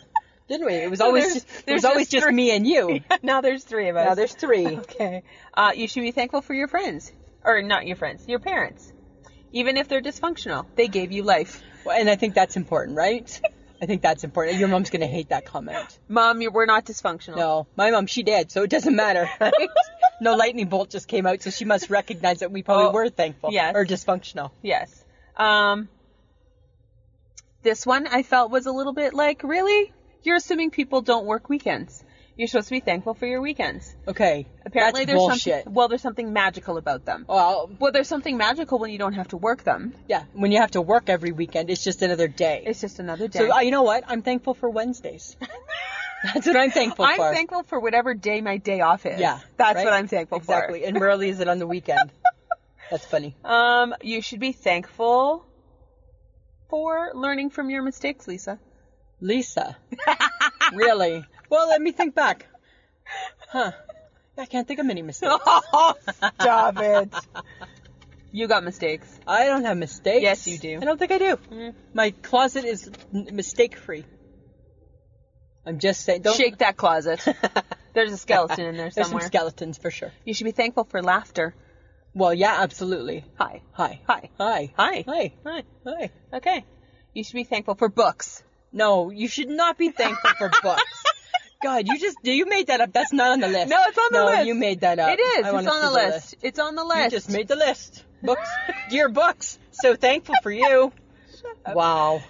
Speaker 2: didn't we? It was always
Speaker 1: there's-
Speaker 2: just, it
Speaker 1: there's
Speaker 2: was always
Speaker 1: just
Speaker 2: just
Speaker 1: three.
Speaker 2: me
Speaker 1: [laughs]
Speaker 2: and you.
Speaker 1: [laughs] now there's three of us.
Speaker 2: Now there's three.
Speaker 1: Okay. Uh, you should be thankful for your friends, or not your friends, your parents. Even if they're dysfunctional, they gave you life.
Speaker 2: [laughs] Well, and I think that's important, right? I think that's important. Your mom's gonna hate that comment.
Speaker 1: Mom, you we're not dysfunctional.
Speaker 2: No, my mom, she did, so it doesn't matter. [laughs] Right? no lightning bolt just came out, so she must recognize that we probably
Speaker 1: Oh,
Speaker 2: were thankful
Speaker 1: yes.
Speaker 2: or dysfunctional.
Speaker 1: Yes. Um, this one I felt was a little bit like, really? You're assuming people don't work weekends. You're supposed to be thankful for your weekends.
Speaker 2: Okay,
Speaker 1: Apparently,
Speaker 2: that's
Speaker 1: there's
Speaker 2: bullshit.
Speaker 1: something. Well, there's something magical about them.
Speaker 2: Well,
Speaker 1: Well, there's something magical when you don't have to work them.
Speaker 2: yeah, when you have to work every weekend, it's just another day.
Speaker 1: It's just another day.
Speaker 2: so uh, you know what? I'm thankful
Speaker 1: [laughs]
Speaker 2: for Wednesdays. That's what I'm thankful
Speaker 1: I'm
Speaker 2: for.
Speaker 1: thankful for whatever day my day off is.
Speaker 2: Yeah.
Speaker 1: That's
Speaker 2: right?
Speaker 1: what I'm thankful
Speaker 2: Exactly. And rarely is it on
Speaker 1: [laughs]
Speaker 2: the weekend. That's funny.
Speaker 1: for. Um, you should be thankful for learning from your mistakes,
Speaker 2: [laughs]
Speaker 1: Lisa. [laughs]
Speaker 2: Lisa. really? Well, let me think back. Huh. I can't think of
Speaker 1: [laughs]
Speaker 2: any mistakes.
Speaker 1: Stop it. You got mistakes.
Speaker 2: I don't have mistakes.
Speaker 1: Yes, you do.
Speaker 2: I don't think I do.
Speaker 1: Mm.
Speaker 2: My closet is mistake free. I'm just saying. Don't [laughs]
Speaker 1: Shake that closet. [laughs] There's a skeleton in there
Speaker 2: There's some
Speaker 1: somewhere.
Speaker 2: skeletons for sure.
Speaker 1: you should be thankful for laughter.
Speaker 2: Well, yeah, absolutely.
Speaker 1: Hi.
Speaker 2: Hi.
Speaker 1: Hi.
Speaker 2: Hi.
Speaker 1: Hi.
Speaker 2: Hi.
Speaker 1: Hi.
Speaker 2: Hi.
Speaker 1: Okay. You should be thankful for books.
Speaker 2: No, you should not be thankful for
Speaker 1: [laughs]
Speaker 2: books. God, you just you made that up. That's not on the list.
Speaker 1: No, it's on the list.
Speaker 2: No, you made that up.
Speaker 1: It is. It's
Speaker 2: I
Speaker 1: on
Speaker 2: wanna see
Speaker 1: the list. It's on the list.
Speaker 2: You just made the list. Books, [laughs] dear books. So thankful
Speaker 1: [laughs]
Speaker 2: for you. Wow.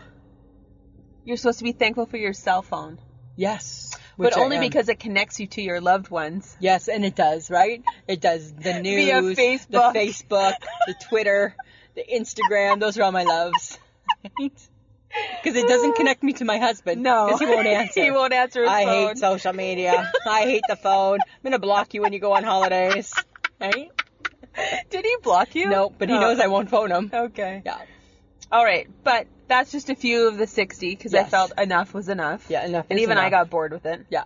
Speaker 1: You're supposed to be thankful for your cell phone,
Speaker 2: Yes. which
Speaker 1: but
Speaker 2: I
Speaker 1: only
Speaker 2: am.
Speaker 1: because it connects you to your loved [laughs] ones.
Speaker 2: Yes, and it does, right? It does. The news,
Speaker 1: Via
Speaker 2: the
Speaker 1: Facebook.
Speaker 2: Facebook, the Twitter, the Instagram. Those are all my loves. Because it doesn't connect me to my
Speaker 1: [laughs]
Speaker 2: husband.
Speaker 1: No,
Speaker 2: because he won't answer.
Speaker 1: he won't answer his
Speaker 2: I
Speaker 1: phone.
Speaker 2: hate social media. I hate the phone. I'm gonna block you when you go on holidays. Right?
Speaker 1: [laughs] Did he block you?
Speaker 2: No, but he
Speaker 1: Oh.
Speaker 2: knows I won't
Speaker 1: [laughs]
Speaker 2: phone him.
Speaker 1: Okay.
Speaker 2: Yeah.
Speaker 1: All right, but that's just a few of the 60 because I
Speaker 2: Yes.
Speaker 1: felt enough was enough.
Speaker 2: Yeah. Enough.
Speaker 1: And
Speaker 2: is
Speaker 1: even I
Speaker 2: enough.
Speaker 1: got bored with it.
Speaker 2: Yeah.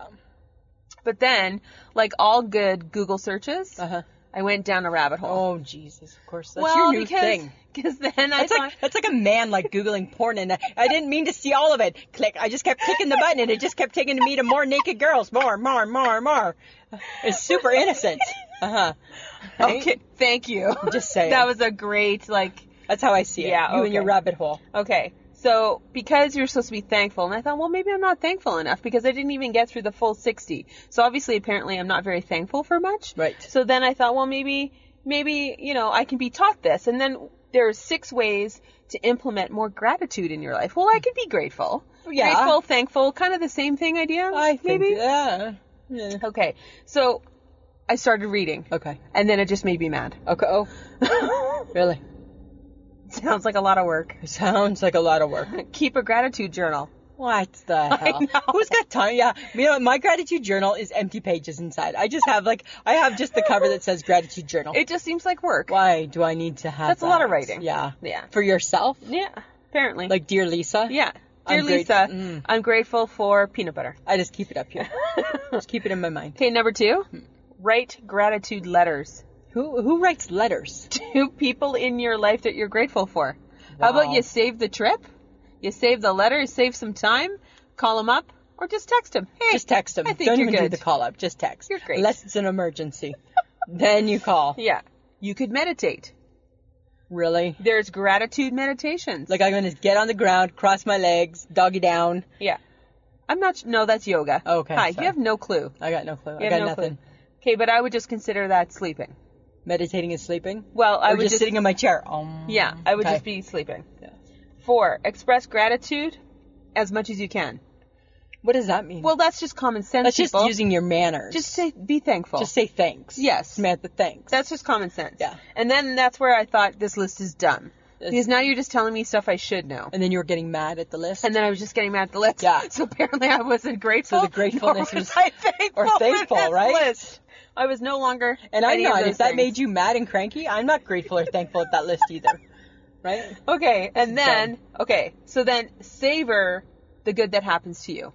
Speaker 1: But then, like all good Google searches,
Speaker 2: Uh huh.
Speaker 1: I went down a rabbit hole.
Speaker 2: Oh Jesus! Of course, that's
Speaker 1: well,
Speaker 2: your new
Speaker 1: because,
Speaker 2: thing.
Speaker 1: Because then I
Speaker 2: That's
Speaker 1: thought,
Speaker 2: like that's like a man like googling porn, and I, I didn't mean to see all of it. Click. I just kept clicking the button, and it just kept taking me to more naked girls, more, more, more, more. It's super innocent. Uh huh. Right?
Speaker 1: okay, thank [laughs] you.
Speaker 2: Just saying.
Speaker 1: that was a great like.
Speaker 2: That's how I see it.
Speaker 1: Yeah,
Speaker 2: You and your
Speaker 1: okay.
Speaker 2: rabbit hole.
Speaker 1: Okay. So because you're supposed to be thankful, and I thought, well, maybe I'm not thankful enough because I didn't even get through the full 60. So obviously, apparently, I'm not very thankful for much.
Speaker 2: Right.
Speaker 1: So then I thought, well, maybe, maybe, you know, I can be taught this. And then there are six ways to implement more gratitude in your life. Well, I can be grateful.
Speaker 2: Oh, Yeah.
Speaker 1: Grateful, thankful, kind of the same thing idea.
Speaker 2: I think,
Speaker 1: maybe.
Speaker 2: Yeah. yeah.
Speaker 1: Okay. So I started reading,
Speaker 2: Okay.
Speaker 1: and then it just made me mad. [laughs]
Speaker 2: Okay. Oh, really?
Speaker 1: Sounds like a lot of work.
Speaker 2: It sounds like a lot of work.
Speaker 1: Keep a gratitude journal.
Speaker 2: What the hell?
Speaker 1: know.
Speaker 2: Who's got time? Yeah, you know, my gratitude journal is empty pages inside. I just have like I have just the cover that says gratitude journal.
Speaker 1: It just seems like work.
Speaker 2: Why do I need to have?
Speaker 1: That's a lot of
Speaker 2: that?
Speaker 1: writing.
Speaker 2: Yeah.
Speaker 1: Yeah.
Speaker 2: For yourself,
Speaker 1: Yeah, apparently.
Speaker 2: like dear Lisa.
Speaker 1: yeah. Dear
Speaker 2: I'm grate-
Speaker 1: Lisa,
Speaker 2: Mm.
Speaker 1: I'm grateful for peanut butter. [laughs]
Speaker 2: I just keep it up here. just keep it in my mind. Hmm.
Speaker 1: Okay, number two, write gratitude letters [laughs]
Speaker 2: Who who writes letters?
Speaker 1: to people in your life that you're grateful for. How about
Speaker 2: Wow.
Speaker 1: you save the trip? You save the letter, save some time, call them up, or just text them. Hey,
Speaker 2: Just text them.
Speaker 1: I think
Speaker 2: Don't
Speaker 1: you're
Speaker 2: even
Speaker 1: good.
Speaker 2: do the call up. Just text.
Speaker 1: You're great.
Speaker 2: Unless it's an emergency, then you call.
Speaker 1: [laughs] Yeah. You could meditate.
Speaker 2: Really?
Speaker 1: There's gratitude meditations.
Speaker 2: Like I'm gonna get on the ground, cross my legs, doggy down.
Speaker 1: yeah. I'm not, sh- no, that's yoga.
Speaker 2: Okay,
Speaker 1: Hi,
Speaker 2: sorry.
Speaker 1: you have no clue.
Speaker 2: I got no clue.
Speaker 1: You
Speaker 2: I
Speaker 1: have
Speaker 2: got
Speaker 1: no
Speaker 2: nothing.
Speaker 1: clue. Okay, but I would just consider that sleeping.
Speaker 2: Meditating and sleeping.
Speaker 1: Well, I
Speaker 2: or
Speaker 1: would
Speaker 2: just, sitting in my chair. Um,
Speaker 1: Yeah, I would
Speaker 2: okay.
Speaker 1: just be sleeping.
Speaker 2: Yeah.
Speaker 1: Four, express gratitude as much as you can.
Speaker 2: What does that mean?
Speaker 1: Well, that's just common sense.
Speaker 2: that's
Speaker 1: people.
Speaker 2: just using your manners.
Speaker 1: Just say, be thankful.
Speaker 2: Just say thanks.
Speaker 1: Yes.
Speaker 2: Samantha, thanks.
Speaker 1: That's just common sense.
Speaker 2: Yeah.
Speaker 1: And then that's where I thought this list is dumb.
Speaker 2: It's-
Speaker 1: because now you're just telling me stuff I should know.
Speaker 2: and then you were getting mad at the list.
Speaker 1: And then I was just getting mad at the list.
Speaker 2: Yeah.
Speaker 1: [laughs] So apparently I wasn't grateful.
Speaker 2: So the gratefulness
Speaker 1: nor was
Speaker 2: was-
Speaker 1: I thankful
Speaker 2: or
Speaker 1: for
Speaker 2: thankful,
Speaker 1: this
Speaker 2: right?
Speaker 1: list. I was no longer.
Speaker 2: And I'm
Speaker 1: any of
Speaker 2: not.
Speaker 1: those
Speaker 2: If that
Speaker 1: things.
Speaker 2: made you mad and cranky, I'm not grateful or thankful at that list either. Right?
Speaker 1: Okay. And
Speaker 2: is
Speaker 1: then okay. So then savor the good that happens to you.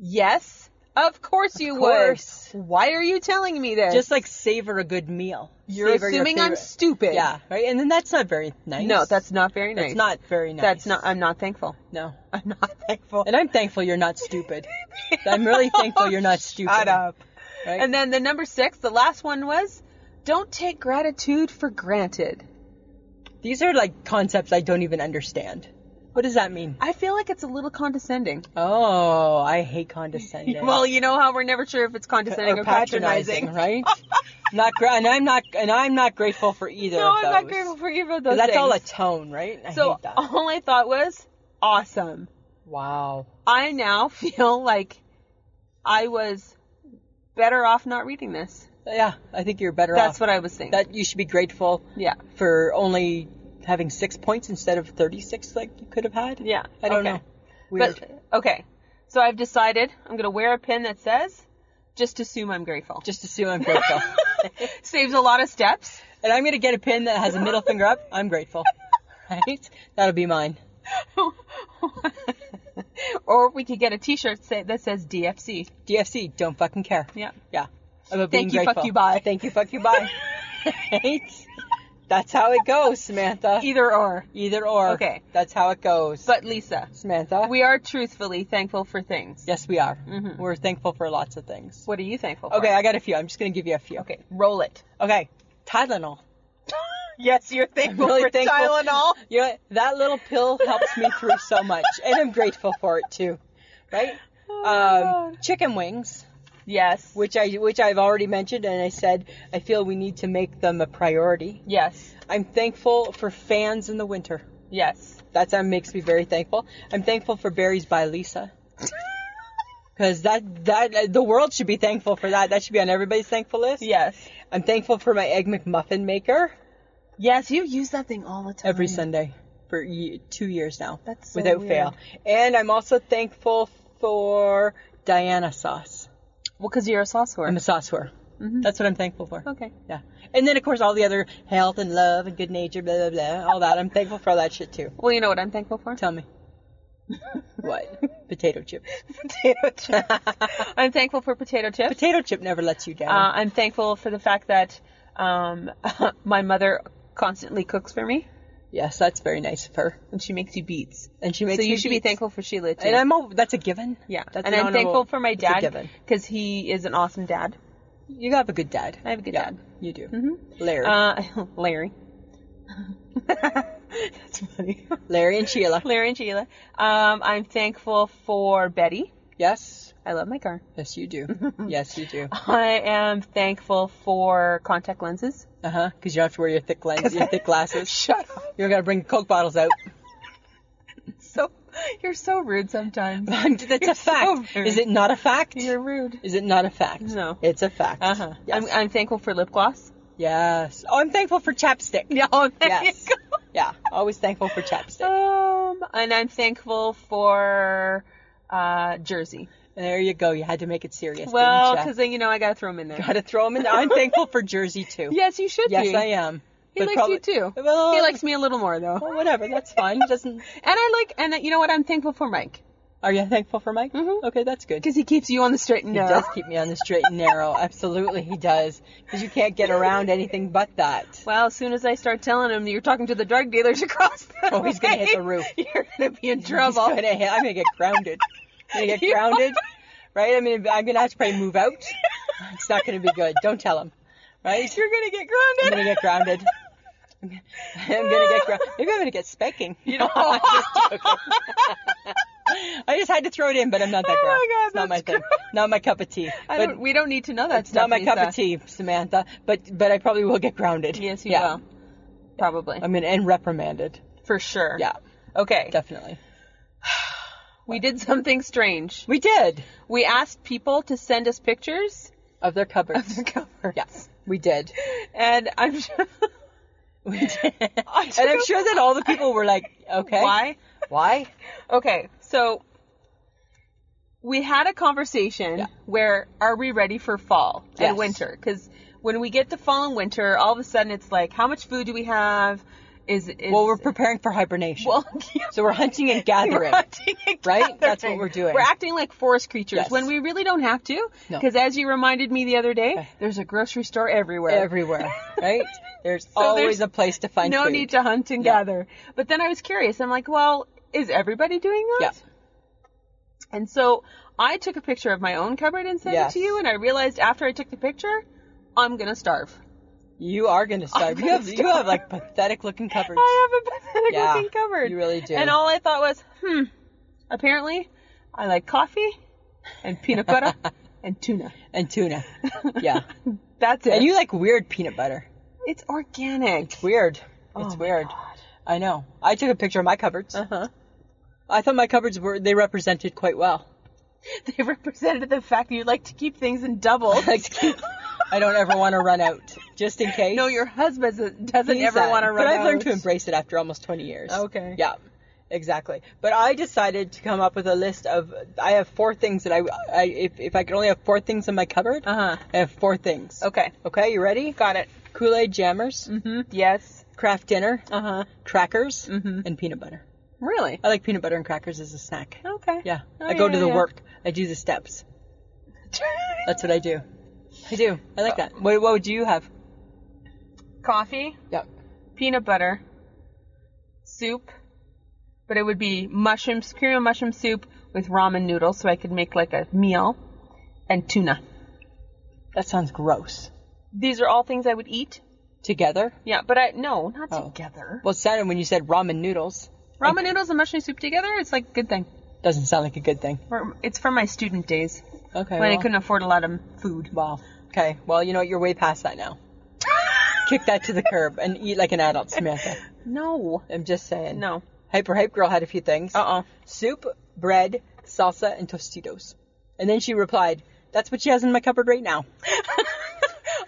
Speaker 1: Yes. Of course you
Speaker 2: course.
Speaker 1: would. Why are you telling me this?
Speaker 2: Just like savor a good meal.
Speaker 1: you're
Speaker 2: Savor your
Speaker 1: assuming I'm
Speaker 2: favorite-
Speaker 1: stupid.
Speaker 2: Yeah, right? And then that's not very nice.
Speaker 1: No, that's not very nice.
Speaker 2: That's not very nice.
Speaker 1: That's not. uh, I'm not
Speaker 2: [laughs]
Speaker 1: thankful.
Speaker 2: No.
Speaker 1: I'm not thankful.
Speaker 2: And I'm thankful you're not stupid. I'm really thankful you're not stupid.
Speaker 1: Shut up.
Speaker 2: Right?
Speaker 1: And then the number six, the last one was, don't take gratitude for granted.
Speaker 2: These are like concepts I don't even understand. What does that mean?
Speaker 1: I feel like it's a little condescending.
Speaker 2: Oh, I hate
Speaker 1: [laughs]
Speaker 2: condescending.
Speaker 1: Well, you know how we're never sure if it's condescending or, patronizing.
Speaker 2: right? [laughs] not gra- and I'm not and I'm not grateful for
Speaker 1: [laughs]
Speaker 2: either
Speaker 1: No,
Speaker 2: of
Speaker 1: I'm
Speaker 2: those.
Speaker 1: not grateful for either of those
Speaker 2: That's all a
Speaker 1: things.
Speaker 2: tone, right? I
Speaker 1: so uh,
Speaker 2: hate that.
Speaker 1: all I thought was, awesome.
Speaker 2: Wow.
Speaker 1: I now [laughs] feel like I was better off not reading this.
Speaker 2: Yeah, I think you're better
Speaker 1: That's
Speaker 2: off.
Speaker 1: what I was thinking.
Speaker 2: that you should be grateful
Speaker 1: yeah.
Speaker 2: for only having six points instead of 36 like you could have had.
Speaker 1: Yeah.
Speaker 2: I don't
Speaker 1: okay.
Speaker 2: know. Weird.
Speaker 1: But okay. So I've decided I'm going to wear a pin that says just assume I'm grateful.
Speaker 2: Just assume
Speaker 1: [laughs]
Speaker 2: I'm grateful.
Speaker 1: Saves a lot of
Speaker 2: [laughs]
Speaker 1: steps.
Speaker 2: and I'm going to get a pin that has a middle finger up. I'm grateful. Right? That'll be mine.
Speaker 1: or we could get a t-shirt say, that says DFC.
Speaker 2: DFC, don't fucking care.
Speaker 1: Yeah.
Speaker 2: Yeah. About being
Speaker 1: Thank you, fuck
Speaker 2: grateful.
Speaker 1: you, bye.
Speaker 2: Thank you, fuck
Speaker 1: [laughs]
Speaker 2: you, bye. right? That's how it goes, [laughs] Samantha.
Speaker 1: Either or.
Speaker 2: Either or.
Speaker 1: Okay.
Speaker 2: That's how it goes.
Speaker 1: But Lisa,
Speaker 2: Samantha.
Speaker 1: we are truthfully thankful for things.
Speaker 2: yes, we are.
Speaker 1: Mhm.
Speaker 2: We're thankful for lots of things.
Speaker 1: What are you thankful for?
Speaker 2: Okay, I got a few. I'm just going to give you a few.
Speaker 1: Okay. Roll
Speaker 2: [laughs]
Speaker 1: it.
Speaker 2: Okay. Tylenol.
Speaker 1: Yes, you're thankful
Speaker 2: really
Speaker 1: for
Speaker 2: thankful.
Speaker 1: Tylenol.
Speaker 2: You know, what? that little pill helps me through so much, and I'm grateful for it too. Right? Um, chicken wings,
Speaker 1: Oh yes.
Speaker 2: which I which I've already mentioned, and I said I feel we need to make them a priority.
Speaker 1: yes.
Speaker 2: I'm thankful for fans in the winter.
Speaker 1: Yes.
Speaker 2: That's that makes me very thankful. I'm thankful for berries by Lisa. Because that that the world should be thankful for that. That should be on everybody's thankful
Speaker 1: [laughs]
Speaker 2: list.
Speaker 1: Yes.
Speaker 2: I'm thankful for my egg McMuffin maker
Speaker 1: Yes, you use that thing all the time.
Speaker 2: every Sunday for ye- two years now
Speaker 1: Mm. That's so
Speaker 2: without fail. And I'm also thankful for Diana sauce.
Speaker 1: Well, because you're a sauceware.
Speaker 2: I'm a sauceware. That's what I'm thankful for.
Speaker 1: Mm-hmm. Okay.
Speaker 2: Yeah. And then of course all the other health and love and good nature, blah blah blah, all that. I'm thankful for all that shit too.
Speaker 1: Well, you know what I'm thankful for?
Speaker 2: Tell me. what? Potato chips.
Speaker 1: [laughs] potato chips. [laughs] I'm thankful for potato chips.
Speaker 2: Potato chip never lets you down.
Speaker 1: uh, I'm thankful for the fact that um, [laughs] my mother constantly cooks for me
Speaker 2: yes, that's very nice of her.
Speaker 1: and she makes you beats.
Speaker 2: And she
Speaker 1: so
Speaker 2: makes
Speaker 1: you
Speaker 2: me
Speaker 1: should be
Speaker 2: beats.
Speaker 1: thankful for Sheila too.
Speaker 2: And I'm all, that's a given.
Speaker 1: yeah,
Speaker 2: That's
Speaker 1: and
Speaker 2: an
Speaker 1: I'm thankul
Speaker 2: honorable-
Speaker 1: for my
Speaker 2: it's a
Speaker 1: dad
Speaker 2: given.
Speaker 1: because he is an awesome dad.
Speaker 2: You have a good dad.
Speaker 1: I have a good
Speaker 2: Yeah,
Speaker 1: dad.
Speaker 2: You do.
Speaker 1: Mhm.
Speaker 2: Larry.
Speaker 1: Uh, [laughs] Larry. That's funny.
Speaker 2: Larry
Speaker 1: [laughs]
Speaker 2: and Sheila.
Speaker 1: Larry and Sheila. Um, I'm thankful for Betty.
Speaker 2: Yes.
Speaker 1: I love my car.
Speaker 2: Yes, you do.
Speaker 1: [laughs]
Speaker 2: yes, you do.
Speaker 1: I am thankful for contact lenses.
Speaker 2: Uh huh. Because you don't have to wear your thick lens,
Speaker 1: [laughs]
Speaker 2: your thick glasses.
Speaker 1: Shut up.
Speaker 2: You're gonna bring Coke
Speaker 1: [laughs]
Speaker 2: bottles out.
Speaker 1: So you're so rude sometimes.
Speaker 2: That's
Speaker 1: You're so
Speaker 2: a fact.
Speaker 1: rude.
Speaker 2: Is it not a fact?
Speaker 1: You're rude.
Speaker 2: Is it not a fact?
Speaker 1: No.
Speaker 2: It's a fact.
Speaker 1: Uh huh.
Speaker 2: Uh-huh. Yes.
Speaker 1: I'm, I'm thankful for lip
Speaker 2: [laughs]
Speaker 1: gloss.
Speaker 2: yes. Oh, I'm thankful for chapstick.
Speaker 1: Yeah.
Speaker 2: Yes. yeah. Always thankful for chapstick.
Speaker 1: Um, and I'm thankful for uh, Jersey.
Speaker 2: there you go. You had to make it serious.
Speaker 1: Well,
Speaker 2: didn't ya?
Speaker 1: because then you know I gotta throw him in there.
Speaker 2: gotta throw them in. I'm thankful for Jersey too.
Speaker 1: Yes, you should
Speaker 2: Yes,
Speaker 1: be.
Speaker 2: I am.
Speaker 1: He
Speaker 2: But
Speaker 1: likes
Speaker 2: probably- Um,
Speaker 1: you too.
Speaker 2: Well,
Speaker 1: He likes me a little more though.
Speaker 2: Well, whatever. That's fine. It doesn't.
Speaker 1: And I like, and uh, you know what? I'm thankful for Mike.
Speaker 2: Are you thankful for Mike?
Speaker 1: Mhm.
Speaker 2: Okay, that's good.
Speaker 1: Because he keeps you on the straight and
Speaker 2: He
Speaker 1: narrow.
Speaker 2: does keep me on the straight and narrow. Absolutely, he does. Because you can't get around anything but that.
Speaker 1: Well, as soon as I start telling him you're talking to the drug dealers [laughs] across the
Speaker 2: Oh, he's gonna hit the
Speaker 1: way,
Speaker 2: roof.
Speaker 1: You're gonna be in
Speaker 2: He's
Speaker 1: trouble.
Speaker 2: gonna hit- I'm gonna get grounded. I'm
Speaker 1: [laughs]
Speaker 2: gonna get
Speaker 1: You are.
Speaker 2: grounded, right? I mean, I'm gonna have to probably move out. It's not gonna be good. Don't tell him, right?
Speaker 1: [laughs] You're gonna get
Speaker 2: I'm
Speaker 1: grounded.
Speaker 2: gonna get grounded. [laughs] I'm gonna
Speaker 1: [laughs]
Speaker 2: get grounded. Maybe I'm gonna get spanking. [laughs]
Speaker 1: You know.
Speaker 2: I'm just joking. [laughs] I just had to throw it in, but I'm not that
Speaker 1: Oh
Speaker 2: girl.
Speaker 1: my God,
Speaker 2: it's not my
Speaker 1: that's
Speaker 2: thing. Not my cup of tea.
Speaker 1: [laughs] I
Speaker 2: But
Speaker 1: don't, we don't need to know that
Speaker 2: it's
Speaker 1: stuff,
Speaker 2: not my cup
Speaker 1: Lisa.
Speaker 2: of tea, Samantha. But but I probably will get grounded.
Speaker 1: Yes, you
Speaker 2: yeah.
Speaker 1: will. Probably.
Speaker 2: I mean, and reprimanded.
Speaker 1: For sure.
Speaker 2: Yeah,
Speaker 1: Okay.
Speaker 2: definitely.
Speaker 1: We did something strange.
Speaker 2: We did
Speaker 1: We asked people to send us pictures
Speaker 2: of their cupboards.
Speaker 1: of their covers.
Speaker 2: Yeah, we did.
Speaker 1: And I'm [laughs] sure.
Speaker 2: [laughs] We did.
Speaker 1: I
Speaker 2: and I'm sure that all the people were
Speaker 1: [laughs]
Speaker 2: like, okay.
Speaker 1: Why?
Speaker 2: Why?
Speaker 1: Okay, so we had a conversation
Speaker 2: Yeah.
Speaker 1: where are we ready for fall
Speaker 2: Yes.
Speaker 1: and winter? Because when we get to fall and winter, all of a sudden it's like, how much food do we have? Is, is
Speaker 2: Well, we're preparing for
Speaker 1: [laughs]
Speaker 2: hibernation.
Speaker 1: well,
Speaker 2: so we're
Speaker 1: [laughs]
Speaker 2: hunting and
Speaker 1: we're
Speaker 2: gathering.
Speaker 1: hunting and
Speaker 2: Right? That's
Speaker 1: gathering.
Speaker 2: what we're doing.
Speaker 1: We're acting like forest creatures
Speaker 2: Yes.
Speaker 1: when we really don't have to.
Speaker 2: No.
Speaker 1: Because as you reminded me the other day, there's a grocery store everywhere.
Speaker 2: Everywhere, right? There's
Speaker 1: So
Speaker 2: always
Speaker 1: there's
Speaker 2: a place to find
Speaker 1: no
Speaker 2: food.
Speaker 1: need to hunt and
Speaker 2: Yeah.
Speaker 1: gather. But then I was curious. I'm like, well, is everybody doing that?
Speaker 2: Yeah.
Speaker 1: And so I took a picture of my own cupboard and sent
Speaker 2: Yes.
Speaker 1: it to you, and I realized after I took the picture, I'm gonna starve.
Speaker 2: You are
Speaker 1: [laughs]
Speaker 2: going to starve. You
Speaker 1: gonna
Speaker 2: have, you have like pathetic looking cupboards.
Speaker 1: I have a pathetic
Speaker 2: Yeah,
Speaker 1: looking cupboard.
Speaker 2: you really do.
Speaker 1: And all I thought was, hmm, apparently I like coffee and peanut
Speaker 2: [laughs]
Speaker 1: butter and tuna.
Speaker 2: And tuna. Yeah.
Speaker 1: [laughs] That's it.
Speaker 2: and you like weird peanut butter.
Speaker 1: it's organic.
Speaker 2: It's weird.
Speaker 1: Oh
Speaker 2: It's
Speaker 1: my
Speaker 2: weird.
Speaker 1: God.
Speaker 2: I know. I took a picture of my cupboards.
Speaker 1: Uh-huh. [laughs]
Speaker 2: I thought my cupboards were, they represented quite well.
Speaker 1: They represented the fact that you like to keep things in double.
Speaker 2: [laughs] Like,
Speaker 1: [laughs]
Speaker 2: I don't ever want to run out. Just in case.
Speaker 1: No, your husband doesn't- doesn't
Speaker 2: He's
Speaker 1: ever
Speaker 2: that.
Speaker 1: want to run
Speaker 2: But
Speaker 1: out.
Speaker 2: I've learned to embrace it after almost 20 years.
Speaker 1: Okay.
Speaker 2: Yeah, exactly. But I decided to come up with a list of. I have four things that I. I if, if I could only have four things in my cupboard,
Speaker 1: Uh-huh.
Speaker 2: I have four things.
Speaker 1: Okay.
Speaker 2: Okay, you ready?
Speaker 1: Got it.
Speaker 2: Kool Aid jammers,
Speaker 1: Mm-hmm. Yes.
Speaker 2: craft dinner,
Speaker 1: Uh-huh.
Speaker 2: crackers,
Speaker 1: Mhm.
Speaker 2: and peanut butter.
Speaker 1: Really?
Speaker 2: I like peanut butter and crackers as a snack.
Speaker 1: Okay. [laughs]
Speaker 2: Yeah.
Speaker 1: Oh,
Speaker 2: I go
Speaker 1: yeah,
Speaker 2: to the
Speaker 1: yeah.
Speaker 2: work, I do the steps. That's what I do. I do. I
Speaker 1: Uh,
Speaker 2: like that. What, what would you have?
Speaker 1: Coffee,
Speaker 2: Yep.
Speaker 1: peanut butter, soup, but it would be mushroom, cream of mushroom soup with ramen noodles, so I could make like a meal, and tuna.
Speaker 2: That sounds gross.
Speaker 1: These are all things I would eat.
Speaker 2: Together?
Speaker 1: Yeah, but I no, not
Speaker 2: Oh.
Speaker 1: together.
Speaker 2: Well, it sounded when you said ramen noodles.
Speaker 1: Ramen noodles and mushroom soup together, it's like a good thing.
Speaker 2: Doesn't sound like a good thing.
Speaker 1: For- It's from my student days
Speaker 2: Okay.
Speaker 1: when I
Speaker 2: well.
Speaker 1: couldn't afford a lot of
Speaker 2: [laughs]
Speaker 1: food.
Speaker 2: Wow. Okay. Well, you know what? You're way past that now. Kick that to the curb and eat like an
Speaker 1: [laughs]
Speaker 2: adult, Samantha.
Speaker 1: No.
Speaker 2: I'm just saying.
Speaker 1: No.
Speaker 2: Hyper Hype Girl had a few things
Speaker 1: Uh-uh.
Speaker 2: soup, bread, salsa, and Tostitos. And then she replied, That's what she has in my cupboard right now.
Speaker 1: [laughs]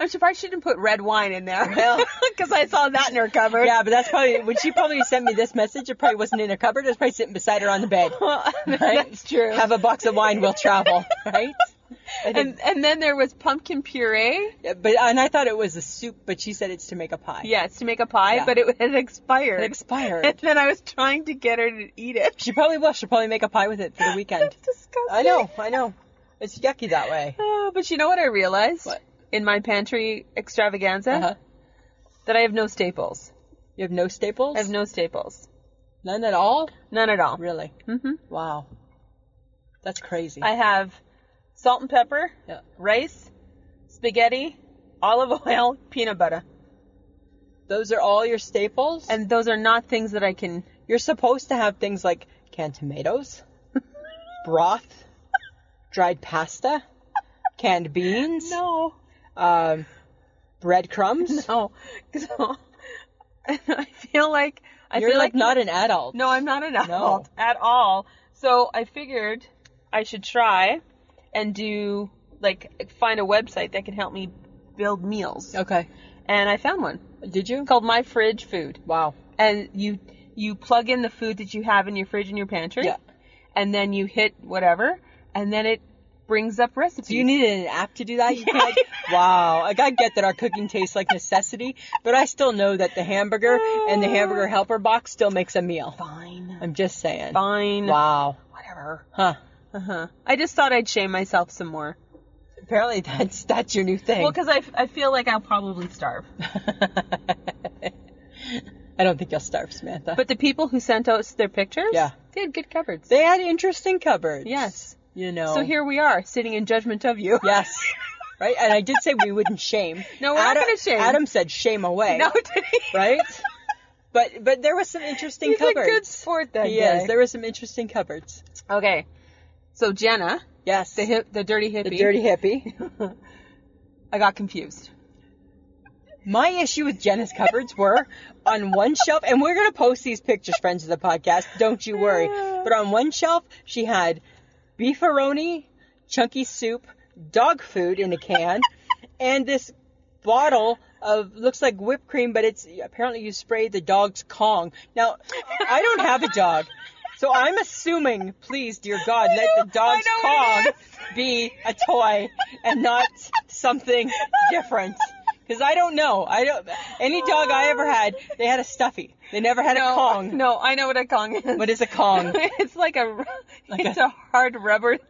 Speaker 1: I'm surprised she didn't put red wine in there. [laughs]
Speaker 2: Well.
Speaker 1: Because I saw that in her cupboard.
Speaker 2: Yeah, but that's probably when she probably sent me this message. It probably wasn't in her cupboard. It was probably sitting beside her on the bed.
Speaker 1: [laughs] Well,
Speaker 2: Right?
Speaker 1: that's [laughs] true.
Speaker 2: Have a box of wine, we'll travel. [laughs] Right? I think-
Speaker 1: and and then there was pumpkin puree.
Speaker 2: yeah, but and I thought it was a soup, but she said it's to make a pie.
Speaker 1: Yeah, it's to make a pie,
Speaker 2: Yeah.
Speaker 1: but it had expired.
Speaker 2: It expired.
Speaker 1: And then I was trying to get her to eat it.
Speaker 2: She probably will. She'll probably make a pie with it for the
Speaker 1: [laughs]
Speaker 2: weekend.
Speaker 1: That's disgusting.
Speaker 2: [laughs] I know, I know. It's yucky that way.
Speaker 1: Oh, but you know what I realized
Speaker 2: What?
Speaker 1: in my pantry extravaganza
Speaker 2: Uh-huh.
Speaker 1: that I have no staples.
Speaker 2: You have no staples?
Speaker 1: I have no staples.
Speaker 2: None at all?
Speaker 1: None at all.
Speaker 2: Really?
Speaker 1: Mm-hmm.
Speaker 2: Wow. That's crazy.
Speaker 1: I have salt and pepper,
Speaker 2: Yeah.
Speaker 1: rice, spaghetti, olive [laughs] oil, peanut butter,
Speaker 2: Those are all your staples? And
Speaker 1: and those are not things that I can.
Speaker 2: you're supposed to have things like canned [laughs] tomatoes, broth, dried pasta, canned beans,
Speaker 1: No.
Speaker 2: um, breadcrumbs.
Speaker 1: Oh, [laughs] so I feel like I
Speaker 2: You're
Speaker 1: feel
Speaker 2: like, not an adult.
Speaker 1: No, I'm not an adult at all. So I figured I should try and do like find a website that can help me build meals.
Speaker 2: Okay.
Speaker 1: And I found one
Speaker 2: Did you?
Speaker 1: called My Fridge Food,
Speaker 2: Wow.
Speaker 1: and you you plug in the food that you have in your fridge and your pantry,
Speaker 2: Yeah.
Speaker 1: and then you hit whatever, and then it brings up recipes.
Speaker 2: Do you need an app to do that?
Speaker 1: [laughs]
Speaker 2: You can, like, wow. Like, I get that our cooking tastes like necessity, but I still know that the hamburger
Speaker 1: Oh.
Speaker 2: and the hamburger helper box still makes a meal.
Speaker 1: fine,
Speaker 2: I'm just saying.
Speaker 1: fine,
Speaker 2: Wow.
Speaker 1: whatever. her.
Speaker 2: Huh.
Speaker 1: Uh huh. I just thought I'd shame myself some more.
Speaker 2: Apparently that's that's your new thing.
Speaker 1: Well, because I, f- I feel like I'll probably starve.
Speaker 2: [laughs] I don't think you'll starve, Samantha.
Speaker 1: But the people who sent us their pictures,
Speaker 2: Yeah.
Speaker 1: they had good cupboards.
Speaker 2: they had interesting cupboards.
Speaker 1: yes.
Speaker 2: You know.
Speaker 1: So here we are, sitting in judgment of you. [laughs]
Speaker 2: Yes. Right? And I did say we wouldn't shame.
Speaker 1: No, we're not
Speaker 2: Adam,
Speaker 1: gonna shame.
Speaker 2: Adam said shame away.
Speaker 1: Now did he?
Speaker 2: Right? But but there was some interesting
Speaker 1: He's
Speaker 2: cupboards.
Speaker 1: a good sport that
Speaker 2: He is. There were some interesting cupboards.
Speaker 1: Okay. So Jenna,
Speaker 2: Yes.
Speaker 1: the hip, the dirty hippie.
Speaker 2: the dirty [laughs] hippie.
Speaker 1: I got confused.
Speaker 2: My issue with Jenna's cupboards were on one shelf, and we're gonna post these pictures, friends of the podcast. Don't you worry. But on one shelf, she had beefaroni, chunky soup, dog food in
Speaker 1: [laughs]
Speaker 2: a can, and this bottle of looks like whipped cream, but it's apparently you spray the dog's Kong. Now, I don't have a dog, so I'm assuming, please, dear God, let the dog's
Speaker 1: I know what it
Speaker 2: Kong be a toy and not
Speaker 1: [laughs]
Speaker 2: something different. Because I don't know. I don't. Any dog I ever had, they had a stuffy. They never had a Kong.
Speaker 1: No, I know what a Kong is.
Speaker 2: What is a Kong?
Speaker 1: [laughs] it's like a, ru-
Speaker 2: Like
Speaker 1: it's
Speaker 2: a-
Speaker 1: a, hard rubber. It's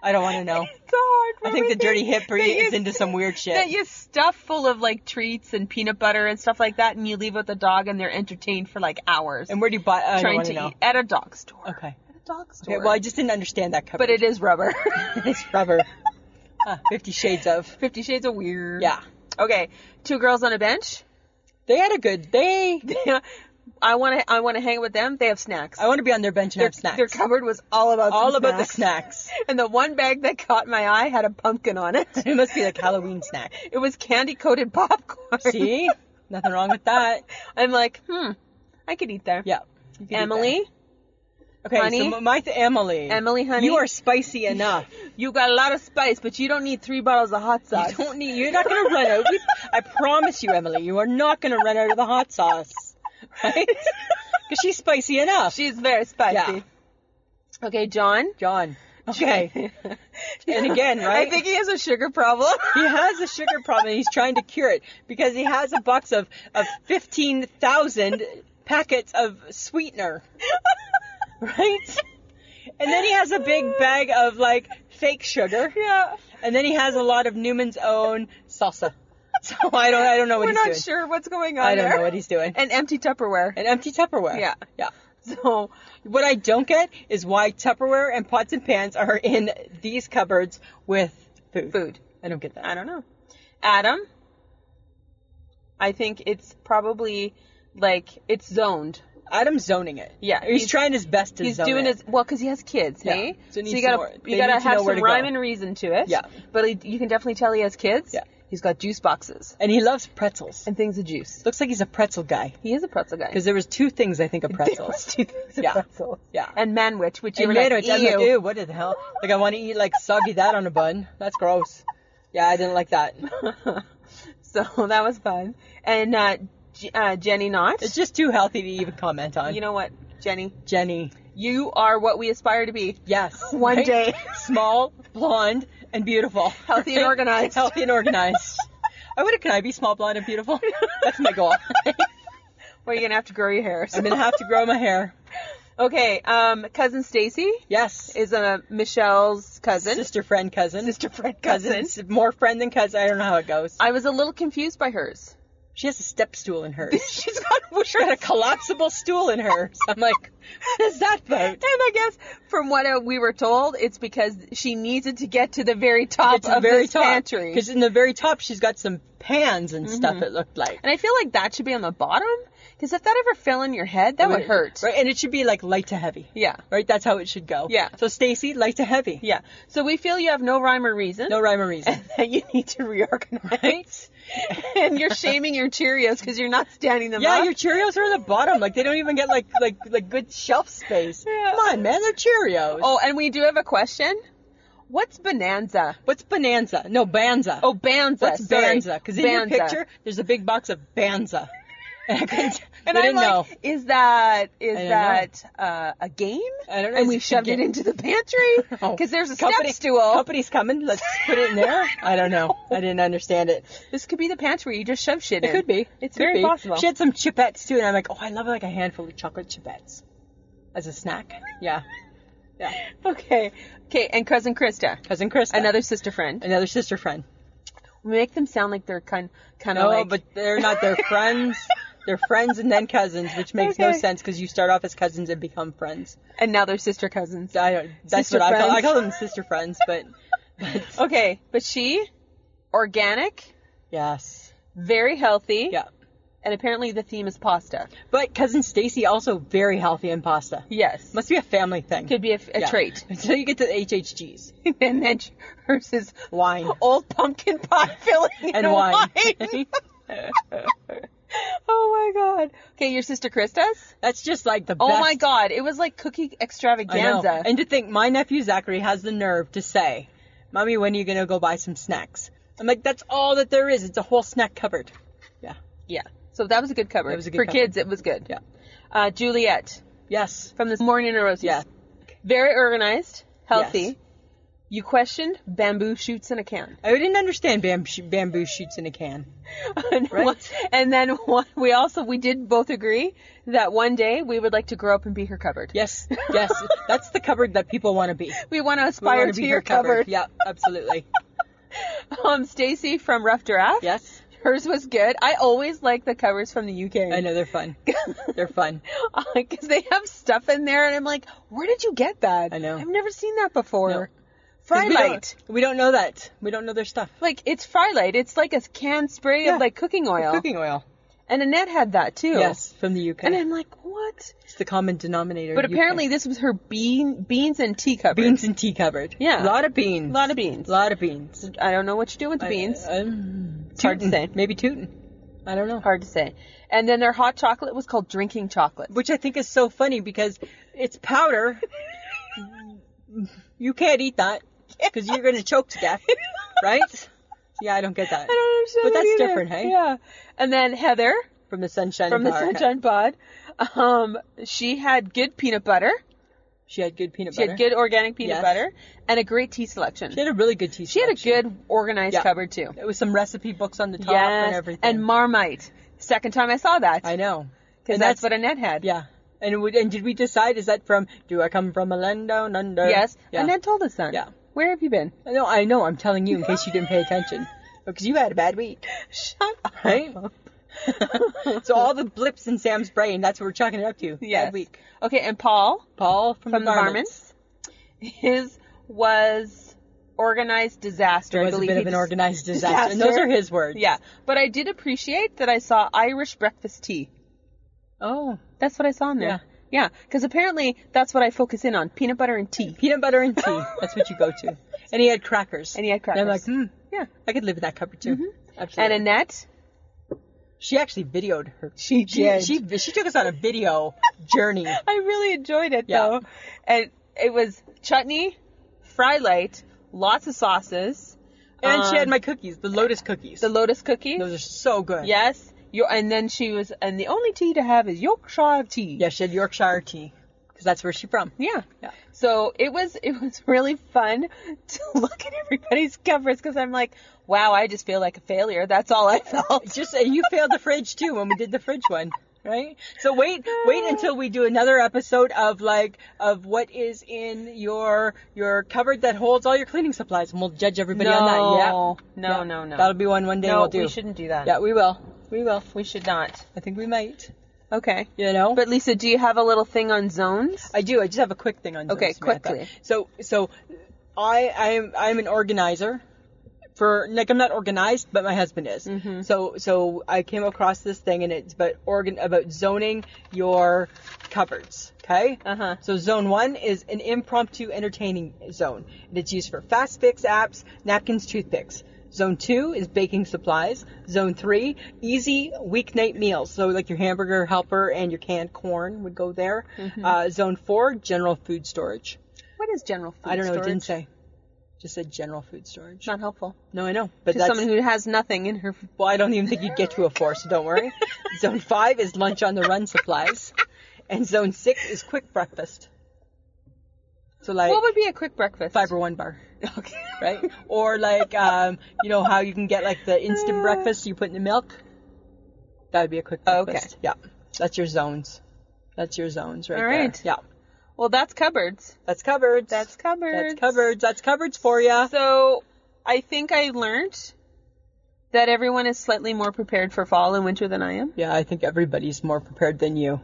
Speaker 2: I don't want to know.
Speaker 1: a hard
Speaker 2: I
Speaker 1: rubber.
Speaker 2: think the dirty
Speaker 1: thing
Speaker 2: hipper
Speaker 1: that you-
Speaker 2: is into some weird shit.
Speaker 1: That you stuff full of like treats and peanut butter and stuff like that, and you leave with the dog, and they're entertained for like hours
Speaker 2: and where do you buy? I don't
Speaker 1: trying
Speaker 2: want
Speaker 1: to
Speaker 2: to know.
Speaker 1: eat at a dog store.
Speaker 2: Okay.
Speaker 1: At a dog store.
Speaker 2: Okay. Well, I just didn't understand that cover.
Speaker 1: but
Speaker 2: [laughs]
Speaker 1: it is rubber.
Speaker 2: it's rubber. Ah, Fifty Shades of.
Speaker 1: [laughs] Fifty Shades of Weird.
Speaker 2: Yeah.
Speaker 1: Okay. Two girls on a bench.
Speaker 2: They had a good. They.
Speaker 1: [laughs] I want to. I want to hang with them. They have snacks.
Speaker 2: I want to be on their bench and
Speaker 1: their,
Speaker 2: have snacks.
Speaker 1: their cupboard was all about
Speaker 2: All
Speaker 1: some
Speaker 2: about the
Speaker 1: snacks.
Speaker 2: snacks. [laughs]
Speaker 1: And the one bag that caught my eye had a pumpkin on it.
Speaker 2: It must be like Halloween snack.
Speaker 1: [laughs] It was candy coated popcorn. [laughs]
Speaker 2: See? Nothing wrong with that.
Speaker 1: I'm like, hmm, I could eat there.
Speaker 2: Yeah. You could eat
Speaker 1: Emily,
Speaker 2: that. Okay,
Speaker 1: honey?
Speaker 2: so m- my th- Emily.
Speaker 1: Emily, honey,
Speaker 2: You are spicy enough.
Speaker 1: you got a lot of spice, but you don't need three bottles of hot sauce.
Speaker 2: You don't need. You're not gonna [laughs] run out. We- I promise you, Emily. You are not gonna run out of the hot sauce, [laughs] right? Because she's spicy enough.
Speaker 1: She's very spicy.
Speaker 2: Yeah.
Speaker 1: Okay, John.
Speaker 2: John.
Speaker 1: [laughs]
Speaker 2: Okay. and again, right?
Speaker 1: I think he has a sugar problem.
Speaker 2: [laughs] he has a sugar problem. and He's trying to cure it because he has a box of of fifteen thousand packets of [laughs] sweetener, right? And then he has a big bag of like fake sugar,
Speaker 1: [laughs] yeah.
Speaker 2: and then he has a lot of Newman's own salsa. So I don't I don't know what
Speaker 1: We're
Speaker 2: he's
Speaker 1: not
Speaker 2: doing.
Speaker 1: sure what's going on
Speaker 2: I don't
Speaker 1: there.
Speaker 2: know what he's doing.
Speaker 1: And empty Tupperware.
Speaker 2: An empty Tupperware.
Speaker 1: Yeah.
Speaker 2: Yeah.
Speaker 1: [laughs] so,
Speaker 2: What I don't get is why Tupperware and pots and pans are in these cupboards with food.
Speaker 1: food.
Speaker 2: I don't get that.
Speaker 1: I don't know. Adam, I think it's probably like it's zoned.
Speaker 2: Adam's zoning it.
Speaker 1: Yeah,
Speaker 2: He's,
Speaker 1: he's-
Speaker 2: trying his best to
Speaker 1: He's
Speaker 2: zone
Speaker 1: doing
Speaker 2: it.
Speaker 1: his well because he has kids,
Speaker 2: Yeah.
Speaker 1: hey?
Speaker 2: So he needs
Speaker 1: you
Speaker 2: some
Speaker 1: gotta
Speaker 2: more-
Speaker 1: you
Speaker 2: they
Speaker 1: gotta
Speaker 2: need to
Speaker 1: have
Speaker 2: know where
Speaker 1: some
Speaker 2: to go.
Speaker 1: rhyme and reason to it.
Speaker 2: Yeah.
Speaker 1: but he, you can definitely tell he has kids.
Speaker 2: Yeah.
Speaker 1: he's got juice boxes
Speaker 2: And he loves pretzels.
Speaker 1: and things of juice.
Speaker 2: Looks like he's a pretzel guy.
Speaker 1: He is a pretzel guy.
Speaker 2: Because there was two things I think of
Speaker 1: There was
Speaker 2: pretzels.
Speaker 1: two things of
Speaker 2: Yeah.
Speaker 1: pretzels.
Speaker 2: Yeah.
Speaker 1: and manwich, which you
Speaker 2: And
Speaker 1: were
Speaker 2: later,
Speaker 1: like,
Speaker 2: I'm like,
Speaker 1: "Ew."
Speaker 2: ew, what the hell? Like I want to eat like soggy that on a bun. That's gross. Yeah, I didn't like that.
Speaker 1: [laughs] so that was fun. And uh, J- uh, Jenny, not
Speaker 2: It's just too healthy to even comment on.
Speaker 1: you know what, Jenny,
Speaker 2: Jenny.
Speaker 1: you are what we aspire to be.
Speaker 2: Yes.
Speaker 1: One
Speaker 2: Right?
Speaker 1: day.
Speaker 2: [laughs] Small, blonde, and beautiful.
Speaker 1: Healthy and organized.
Speaker 2: Healthy and organized. I wonder, can I be small, blonde, and beautiful? That's my goal.
Speaker 1: [laughs] Well, you're gonna have to grow your hair. so-
Speaker 2: I'm gonna have to grow my hair.
Speaker 1: Okay, um, cousin Stacy
Speaker 2: Yes.
Speaker 1: is uh, Michelle's cousin.
Speaker 2: Sister, friend, cousin.
Speaker 1: Sister friend,
Speaker 2: Cousins. More friend than cousin. I don't know how it goes.
Speaker 1: I was a little confused by hers.
Speaker 2: She has a step stool in hers.
Speaker 1: [laughs] She's got
Speaker 2: She had a collapsible stool
Speaker 1: [laughs]
Speaker 2: in hers. I'm like, what is that
Speaker 1: And
Speaker 2: about?
Speaker 1: I guess from what uh, we were told, it's because she needed to get to the very top
Speaker 2: It's
Speaker 1: of
Speaker 2: the very
Speaker 1: this
Speaker 2: top.
Speaker 1: pantry. Mm-hmm.
Speaker 2: Because in the very top, she's got some pans and stuff. It looked like.
Speaker 1: And I feel like that should be on the bottom, because if that ever fell in your head, that would hurt.
Speaker 2: Right, and it should be like light to heavy.
Speaker 1: Yeah,
Speaker 2: Right, that's how it should go.
Speaker 1: Yeah.
Speaker 2: So Stacy, light to heavy.
Speaker 1: yeah. So we feel you have no rhyme or reason. [laughs]
Speaker 2: No rhyme or [laughs] reason.
Speaker 1: That you need to reorganize.
Speaker 2: Right?
Speaker 1: and you're shaming your Cheerios because you're not standing them
Speaker 2: Yeah,
Speaker 1: up.
Speaker 2: your Cheerios are on the bottom. Like they don't even get like like like good shelf space.
Speaker 1: Yeah.
Speaker 2: Come on, man, they're Cheerios.
Speaker 1: Oh, and we do have a question. What's bonanza?
Speaker 2: what's Bonanza? No, Banza.
Speaker 1: Oh, Banza.
Speaker 2: What's
Speaker 1: sorry.
Speaker 2: Banza? Because in your
Speaker 1: Banza.
Speaker 2: picture, there's a big box of Banza. [laughs] And I couldn't.
Speaker 1: and
Speaker 2: I
Speaker 1: I'm
Speaker 2: didn't
Speaker 1: like,
Speaker 2: know.
Speaker 1: is that is
Speaker 2: I don't
Speaker 1: that uh, a game?
Speaker 2: I don't know.
Speaker 1: And we
Speaker 2: It's a
Speaker 1: shoved it
Speaker 2: game.
Speaker 1: into the [laughs] pantry
Speaker 2: Oh.
Speaker 1: because there's a
Speaker 2: Company-
Speaker 1: step stool.
Speaker 2: Company's coming. Let's put it in there. I don't know. I didn't understand it.
Speaker 1: This could be the pantry. where You just shove shit
Speaker 2: It
Speaker 1: in.
Speaker 2: could be.
Speaker 1: It's
Speaker 2: Could
Speaker 1: very
Speaker 2: be.
Speaker 1: possible.
Speaker 2: She had some chipettes too, and I'm like, oh, I love like a handful of chocolate chipettes. I as a snack. Yeah. Yeah.
Speaker 1: [laughs] Okay. Okay, and cousin Krista,
Speaker 2: Cousin Chris.
Speaker 1: another sister friend.
Speaker 2: another sister friend.
Speaker 1: uh, We make them sound like they're kind kind of
Speaker 2: No,
Speaker 1: like
Speaker 2: but they're not. They're
Speaker 1: [laughs]
Speaker 2: friends. They're friends and then cousins, which makes no
Speaker 1: Okay.
Speaker 2: sense because you start off as cousins and become friends.
Speaker 1: and now they're sister cousins.
Speaker 2: I don't. That's
Speaker 1: Sister
Speaker 2: what I call. I
Speaker 1: friends.
Speaker 2: call them sister friends,
Speaker 1: [laughs]
Speaker 2: but, but
Speaker 1: Okay, but she organic,
Speaker 2: yes,
Speaker 1: very healthy,
Speaker 2: yeah.
Speaker 1: and apparently the theme is pasta.
Speaker 2: But cousin Stacy also very healthy in pasta.
Speaker 1: Yes.
Speaker 2: Must be a family thing.
Speaker 1: could be a, f- a
Speaker 2: Yeah. [laughs]
Speaker 1: trait. [laughs]
Speaker 2: Until you get to the HHGs,
Speaker 1: and then she- hers is [laughs]
Speaker 2: wine
Speaker 1: old pumpkin
Speaker 2: [laughs]
Speaker 1: pie filling
Speaker 2: and wine. [laughs]
Speaker 1: oh my god. Okay, your sister Krista's?
Speaker 2: That's just like the
Speaker 1: Oh
Speaker 2: best.
Speaker 1: my god, it was like cookie
Speaker 2: I know.
Speaker 1: extravaganza.
Speaker 2: And to think my nephew Zachary has the nerve to say, "Mommy, when are you gonna go buy some snacks?" I'm like, "That's all that there is. It's a whole snack cupboard." Yeah.
Speaker 1: yeah. So that was a good cover.
Speaker 2: That was a good
Speaker 1: For
Speaker 2: cover.
Speaker 1: kids, it was good.
Speaker 2: Yeah.
Speaker 1: Uh, Juliet
Speaker 2: Yes.
Speaker 1: from this morning in a roses.
Speaker 2: Yeah.
Speaker 1: Very organized, healthy.
Speaker 2: Yes.
Speaker 1: You questioned bamboo shoots in a
Speaker 2: [laughs]
Speaker 1: can.
Speaker 2: I didn't understand bam- sh- bamboo shoots in a can.
Speaker 1: and,
Speaker 2: Right.
Speaker 1: one- and then one, we also we did both agree that one day we would like to grow up and be her cupboard.
Speaker 2: Yes, yes, [laughs] that's the cupboard that people want to be.
Speaker 1: We want to
Speaker 2: We wanna
Speaker 1: aspire to
Speaker 2: be
Speaker 1: your
Speaker 2: her cupboard.
Speaker 1: cupboard.
Speaker 2: Yeah, absolutely.
Speaker 1: Um, Stacy from Rough Giraffe. [laughs]
Speaker 2: Yes,
Speaker 1: Hers was good. I always like the covers from the UK.
Speaker 2: I know they're fun.
Speaker 1: [laughs]
Speaker 2: They're fun.
Speaker 1: Because they have stuff in there, and I'm like, where did you get that?
Speaker 2: I know.
Speaker 1: I've never seen that before.
Speaker 2: No. 'Cause
Speaker 1: Fry
Speaker 2: we don't-
Speaker 1: light.
Speaker 2: We don't know that. We don't know their stuff.
Speaker 1: Like, it's fry light. It's like a canned spray
Speaker 2: Yeah.
Speaker 1: of, like, cooking oil.
Speaker 2: Cooking oil.
Speaker 1: And Annette had that, too.
Speaker 2: Yes, from the UK.
Speaker 1: And I'm like, what?
Speaker 2: it's the common denominator.
Speaker 1: But
Speaker 2: UK.
Speaker 1: apparently, this was her bean beans and tea cupboard.
Speaker 2: beans and tea cupboard.
Speaker 1: Yeah.
Speaker 2: a lot of beans.
Speaker 1: A lot of beans.
Speaker 2: lot of beans.
Speaker 1: I don't know what you do with the beans.
Speaker 2: I, um,
Speaker 1: It's hard to
Speaker 2: tootin'.
Speaker 1: say.
Speaker 2: Maybe tootin'. I don't know.
Speaker 1: Hard to say. And then their hot chocolate was called drinking chocolate.
Speaker 2: which I think is so funny because it's powder. [laughs] you can't eat that because you're going to choke to death, [laughs] right? Yeah, I don't get that.
Speaker 1: [laughs] I don't understand.
Speaker 2: But
Speaker 1: that
Speaker 2: that's
Speaker 1: either.
Speaker 2: different, hey?
Speaker 1: Yeah. And then Heather
Speaker 2: From the sunshine.
Speaker 1: from the
Speaker 2: Bar.
Speaker 1: Sunshine Pod, um, she had good peanut butter.
Speaker 2: She had good peanut
Speaker 1: She
Speaker 2: butter.
Speaker 1: had good organic peanut
Speaker 2: Yes.
Speaker 1: butter and a great tea selection.
Speaker 2: She had a really good tea.
Speaker 1: She had a good organized
Speaker 2: Yeah.
Speaker 1: cupboard too.
Speaker 2: It was some recipe books on the top and
Speaker 1: Yes.
Speaker 2: everything.
Speaker 1: And Marmite. Second time I saw that
Speaker 2: I know.
Speaker 1: because
Speaker 2: And
Speaker 1: that's, what Annette had.
Speaker 2: Yeah. And it would, and did we decide is that from Do I come from Orlando? Nundo?
Speaker 1: Yes.
Speaker 2: Yeah.
Speaker 1: Annette told us that.
Speaker 2: Yeah.
Speaker 1: Where have you been?
Speaker 2: no, I know. I'm telling you in case you didn't pay attention because you had a bad week.
Speaker 1: Shut up.
Speaker 2: right? [laughs] so all the blips in Sam's brain, that's what we're chalking it up to.
Speaker 1: [laughs] Yes.
Speaker 2: That week. Mm-hmm.
Speaker 1: Okay. And Paul
Speaker 2: Paul from,
Speaker 1: from the Varmints. His was organized disaster.
Speaker 2: There
Speaker 1: I
Speaker 2: was a
Speaker 1: believe
Speaker 2: bit
Speaker 1: he
Speaker 2: of an
Speaker 1: just- [laughs]
Speaker 2: organized disaster. And those
Speaker 1: disaster.
Speaker 2: are his words.
Speaker 1: Yeah, but I did appreciate that I saw Irish breakfast tea.
Speaker 2: Oh.
Speaker 1: That's what I saw in there. Yeah, because apparently that's what I focus in on: peanut butter and
Speaker 2: [laughs]
Speaker 1: tea.
Speaker 2: Peanut butter
Speaker 1: [laughs]
Speaker 2: and tea. That's what you go to. And he had crackers.
Speaker 1: And he had
Speaker 2: I'm like,
Speaker 1: crackers.
Speaker 2: hmm,
Speaker 1: Yeah.
Speaker 2: I could live in that cupboard too.
Speaker 1: And
Speaker 2: Absolutely.
Speaker 1: Annette,
Speaker 2: she actually videoed her.
Speaker 1: she
Speaker 2: She,
Speaker 1: did.
Speaker 2: she she took us on
Speaker 1: [laughs]
Speaker 2: a video journey.
Speaker 1: I really enjoyed it
Speaker 2: Yeah.
Speaker 1: though, and it was chutney, fry light, lots of sauces,
Speaker 2: And she had
Speaker 1: um,
Speaker 2: my cookies, the Lotus cookies.
Speaker 1: the lotus cookie.
Speaker 2: those are so good.
Speaker 1: yes, your and then she was, and the only tea to have is Yorkshire tea.
Speaker 2: Yeah, she had Yorkshire tea. Because that's where she's from.
Speaker 1: Yeah.
Speaker 2: Yeah.
Speaker 1: So it was it was really fun [laughs] to look at everybody's covers because I'm like, wow, I just feel like a failure. That's all I [laughs] felt.
Speaker 2: just and you failed the fridge too when we did the fridge one right so wait wait until we do another episode of like of what is in your your cupboard that holds all your cleaning supplies and we'll judge everybody on that yeah
Speaker 1: No. No,
Speaker 2: Yeah.
Speaker 1: no, no.
Speaker 2: that'll be one one day
Speaker 1: no,
Speaker 2: we'll do
Speaker 1: we shouldn't do that.
Speaker 2: yeah we will we will
Speaker 1: We should not.
Speaker 2: i think we might
Speaker 1: Okay.
Speaker 2: you know
Speaker 1: But Lisa, do you have a little thing on zones?
Speaker 2: i do i just have a quick thing on
Speaker 1: Okay,
Speaker 2: Zoom, Samantha.
Speaker 1: quickly.
Speaker 2: so so i i am i'm an organizer for like I'm not organized, but my husband is.
Speaker 1: Mm-hmm.
Speaker 2: So so I came across this thing and it's about organ about zoning your cupboards. Okay.
Speaker 1: Uh-huh.
Speaker 2: So zone one is an impromptu entertaining zone, and it's used for fast fix apps, napkins, toothpicks. Zone two is baking supplies. Zone three, easy weeknight meals. So like your hamburger helper and your canned corn would go there.
Speaker 1: Mm-hmm.
Speaker 2: Uh, zone four, general food storage.
Speaker 1: What is general food
Speaker 2: I don't know.
Speaker 1: storage?
Speaker 2: It didn't say. Just said general food storage.
Speaker 1: Not helpful
Speaker 2: No, I know. But
Speaker 1: to
Speaker 2: that's,
Speaker 1: someone who has nothing in her.
Speaker 2: well, I don't even think you'd get to a four, so don't
Speaker 1: [laughs]
Speaker 2: worry. zone five is lunch on the run supplies, and zone six is quick breakfast. So like
Speaker 1: What would be a quick breakfast?
Speaker 2: fiber one bar, [laughs]
Speaker 1: Okay.
Speaker 2: right? or like um, you know how you can get like the instant breakfast you put in the milk. That would be a quick
Speaker 1: Okay.
Speaker 2: breakfast. Yeah, that's your zones. That's your zones right
Speaker 1: All
Speaker 2: there.
Speaker 1: right.
Speaker 2: Yeah.
Speaker 1: Well, that's cupboards.
Speaker 2: That's cupboards.
Speaker 1: That's cupboards.
Speaker 2: That's cupboards. That's cupboards for you.
Speaker 1: So I think I learned that everyone is slightly more prepared for fall and winter than I am.
Speaker 2: Yeah, I think everybody's more prepared than you,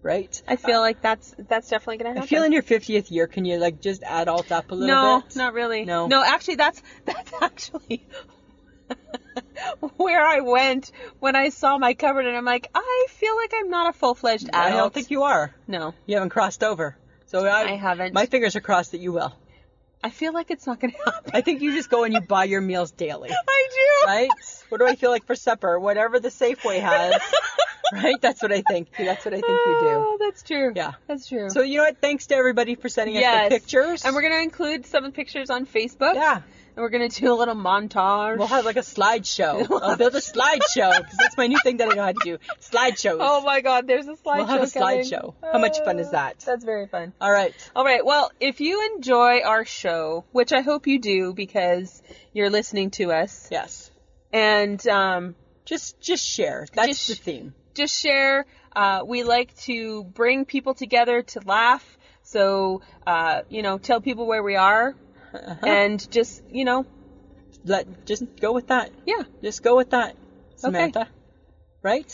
Speaker 2: right?
Speaker 1: I feel like that's that's definitely gonna happen.
Speaker 2: I feel in your 50th year, can you like just adult up a little
Speaker 1: no,
Speaker 2: bit?
Speaker 1: not really.
Speaker 2: No.
Speaker 1: no, actually, that's [laughs] that's actually where I went when I saw my cupboard, and I'm like, I feel like I'm not a full fledged adult.
Speaker 2: I don't think you are.
Speaker 1: No,
Speaker 2: You haven't crossed over. So I,
Speaker 1: I haven't.
Speaker 2: My fingers are crossed that you will.
Speaker 1: I feel like it's not gonna [laughs] happen.
Speaker 2: I think you just go and you buy your meals daily,
Speaker 1: I do.
Speaker 2: right? what do I feel like for supper? Whatever the
Speaker 1: [laughs]
Speaker 2: Safeway has, right? That's what I think. That's what I think you do.
Speaker 1: Oh, that's true.
Speaker 2: Yeah.
Speaker 1: that's true.
Speaker 2: So you know what? Thanks to everybody for sending us
Speaker 1: Oh. Yes.
Speaker 2: the pictures.
Speaker 1: and we're gonna include some pictures on Facebook.
Speaker 2: yeah,
Speaker 1: And we're gonna do a little montage.
Speaker 2: we'll have like
Speaker 1: [laughs]
Speaker 2: a slideshow. I'll build a slideshow because that's my new thing that I know how to do. Slideshows.
Speaker 1: oh my god, there's a slideshow.
Speaker 2: we'll have a
Speaker 1: coming. Uh,
Speaker 2: slideshow. How much fun is that?
Speaker 1: That's very fun.
Speaker 2: All right.
Speaker 1: All right. Well, if you enjoy our show, which I hope you do because you're listening to us,
Speaker 2: Yes.
Speaker 1: and um,
Speaker 2: Just just share. That's
Speaker 1: Just-
Speaker 2: the theme.
Speaker 1: just share. Uh, we like to bring people together to laugh. So, uh, you know, tell people where we are
Speaker 2: Uh-huh.
Speaker 1: and just, you know,
Speaker 2: Let just go with that.
Speaker 1: yeah.
Speaker 2: Just go with that, Samantha. Right?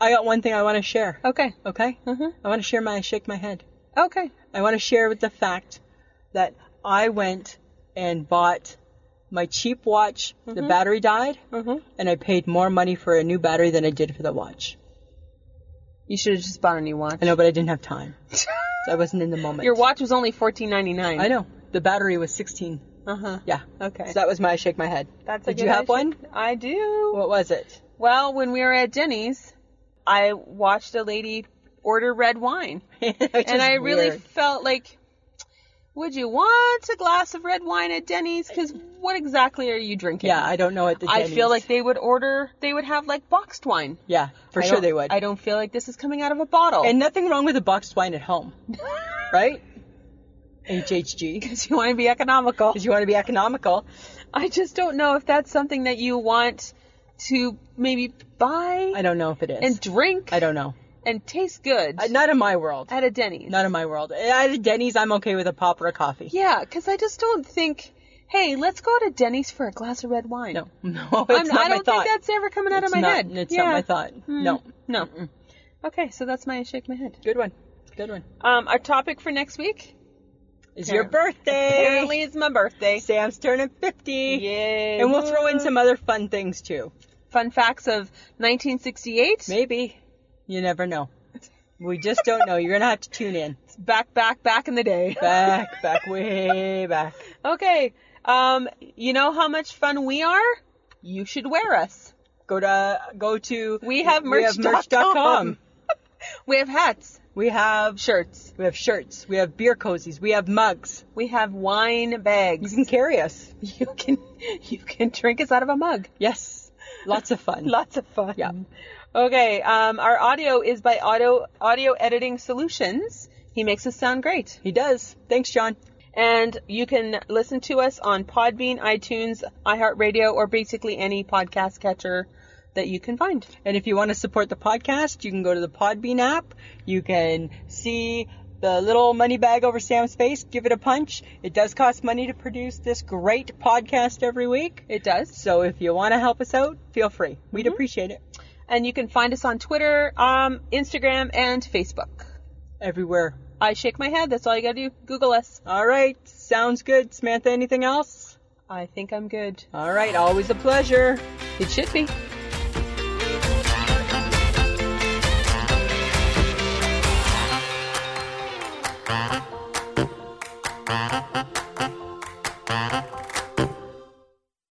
Speaker 2: I got one thing I want to share.
Speaker 1: Okay.
Speaker 2: Okay?
Speaker 1: Mhm.
Speaker 2: I want to share my shake my head.
Speaker 1: Okay.
Speaker 2: I want to share with the fact that I went and bought my cheap watch. The
Speaker 1: Mm-hmm.
Speaker 2: battery died,
Speaker 1: Mhm.
Speaker 2: and I paid more money for a new battery than I did for the watch.
Speaker 1: You should have just bought a new watch. [laughs]
Speaker 2: I know, but I didn't have time. So I wasn't in the moment.
Speaker 1: Your watch was only fourteen ninety nine.
Speaker 2: I know. The battery was 16.
Speaker 1: Uh huh.
Speaker 2: Yeah.
Speaker 1: Okay.
Speaker 2: So that was my I shake my head.
Speaker 1: That's a
Speaker 2: Did you
Speaker 1: good
Speaker 2: have one?
Speaker 1: idea. I do.
Speaker 2: What was it? [laughs]
Speaker 1: Well, when we were at Denny's, I watched a lady order red wine. and I really felt like, would you want a glass of red wine at Denny's? Because what exactly are you drinking?
Speaker 2: Yeah, I don't know what the
Speaker 1: I
Speaker 2: Denny's-
Speaker 1: feel like they would order, they would have like boxed wine.
Speaker 2: Yeah, for
Speaker 1: I
Speaker 2: sure
Speaker 1: don't-
Speaker 2: they would.
Speaker 1: I don't feel like this is coming out of a bottle. [laughs]
Speaker 2: And nothing wrong with a boxed wine at home, right?
Speaker 1: [laughs]
Speaker 2: HHG.
Speaker 1: because you want to be economical.
Speaker 2: Because you want to be economical.
Speaker 1: I just don't know if that's something that you want to maybe buy
Speaker 2: I don't know if it is.
Speaker 1: and drink
Speaker 2: I don't know.
Speaker 1: and taste good
Speaker 2: I- not in my world.
Speaker 1: at a Denny's.
Speaker 2: Not in my world. At a Denny's, I'm okay with a pop or a coffee.
Speaker 1: Yeah, because I just don't think, hey, let's go to Denny's for a glass of red wine.
Speaker 2: No, [laughs] no,
Speaker 1: I'm,
Speaker 2: it's not
Speaker 1: I
Speaker 2: my
Speaker 1: don't
Speaker 2: thought.
Speaker 1: think that's ever coming out
Speaker 2: it's
Speaker 1: of my
Speaker 2: not,
Speaker 1: head.
Speaker 2: It's
Speaker 1: yeah. Mm. Hmm.
Speaker 2: not my thought. No,
Speaker 1: No. Okay, so that's my shake my head.
Speaker 2: good one. Good one.
Speaker 1: Um, our topic for next week
Speaker 2: It's your
Speaker 1: Apparently-
Speaker 2: birthday.
Speaker 1: apparently it's my birthday.
Speaker 2: Sam's turning 50.
Speaker 1: Yay!
Speaker 2: And we'll throw in some other fun things too.
Speaker 1: fun facts of 1968.
Speaker 2: Maybe. You never know. We just don't know. You're gonna have to
Speaker 1: [laughs]
Speaker 2: tune in.
Speaker 1: Back, back, [laughs] back in the day.
Speaker 2: Back, back, way back.
Speaker 1: okay. Um, you know how much fun we are? You should wear us.
Speaker 2: Go to go to
Speaker 1: We have
Speaker 2: merch.com.
Speaker 1: merch.com. [laughs] We have hats,
Speaker 2: We have
Speaker 1: shirts.
Speaker 2: we have shirts. We have beer cozies. We have mugs.
Speaker 1: We have wine
Speaker 2: You
Speaker 1: bags.
Speaker 2: can carry us.
Speaker 1: [laughs] You can you can drink us out of a mug.
Speaker 2: Yes. Lots of fun.
Speaker 1: Lots of fun.
Speaker 2: Yeah.
Speaker 1: Okay. Um, our audio is by Audio Audio Editing Solutions. He makes us sound great.
Speaker 2: He does. Thanks, John.
Speaker 1: And you can listen to us on Podbean, iTunes, iHeartRadio, or basically any podcast catcher that you can find.
Speaker 2: And if you want to support the podcast, you can go to the Podbean app. You can see the little money bag over Sam's face. Give it a punch. It does cost money to produce this great podcast every week.
Speaker 1: It does.
Speaker 2: So if you want to help us out, feel free. We'd appreciate it.
Speaker 1: And you can find us on Twitter, um, Instagram, and Facebook.
Speaker 2: Everywhere.
Speaker 1: I shake my head. That's all you gotta do. Google us.
Speaker 2: All right. Sounds good. Samantha, anything else?
Speaker 1: I think I'm good.
Speaker 2: All right. Always a pleasure.
Speaker 1: It should be.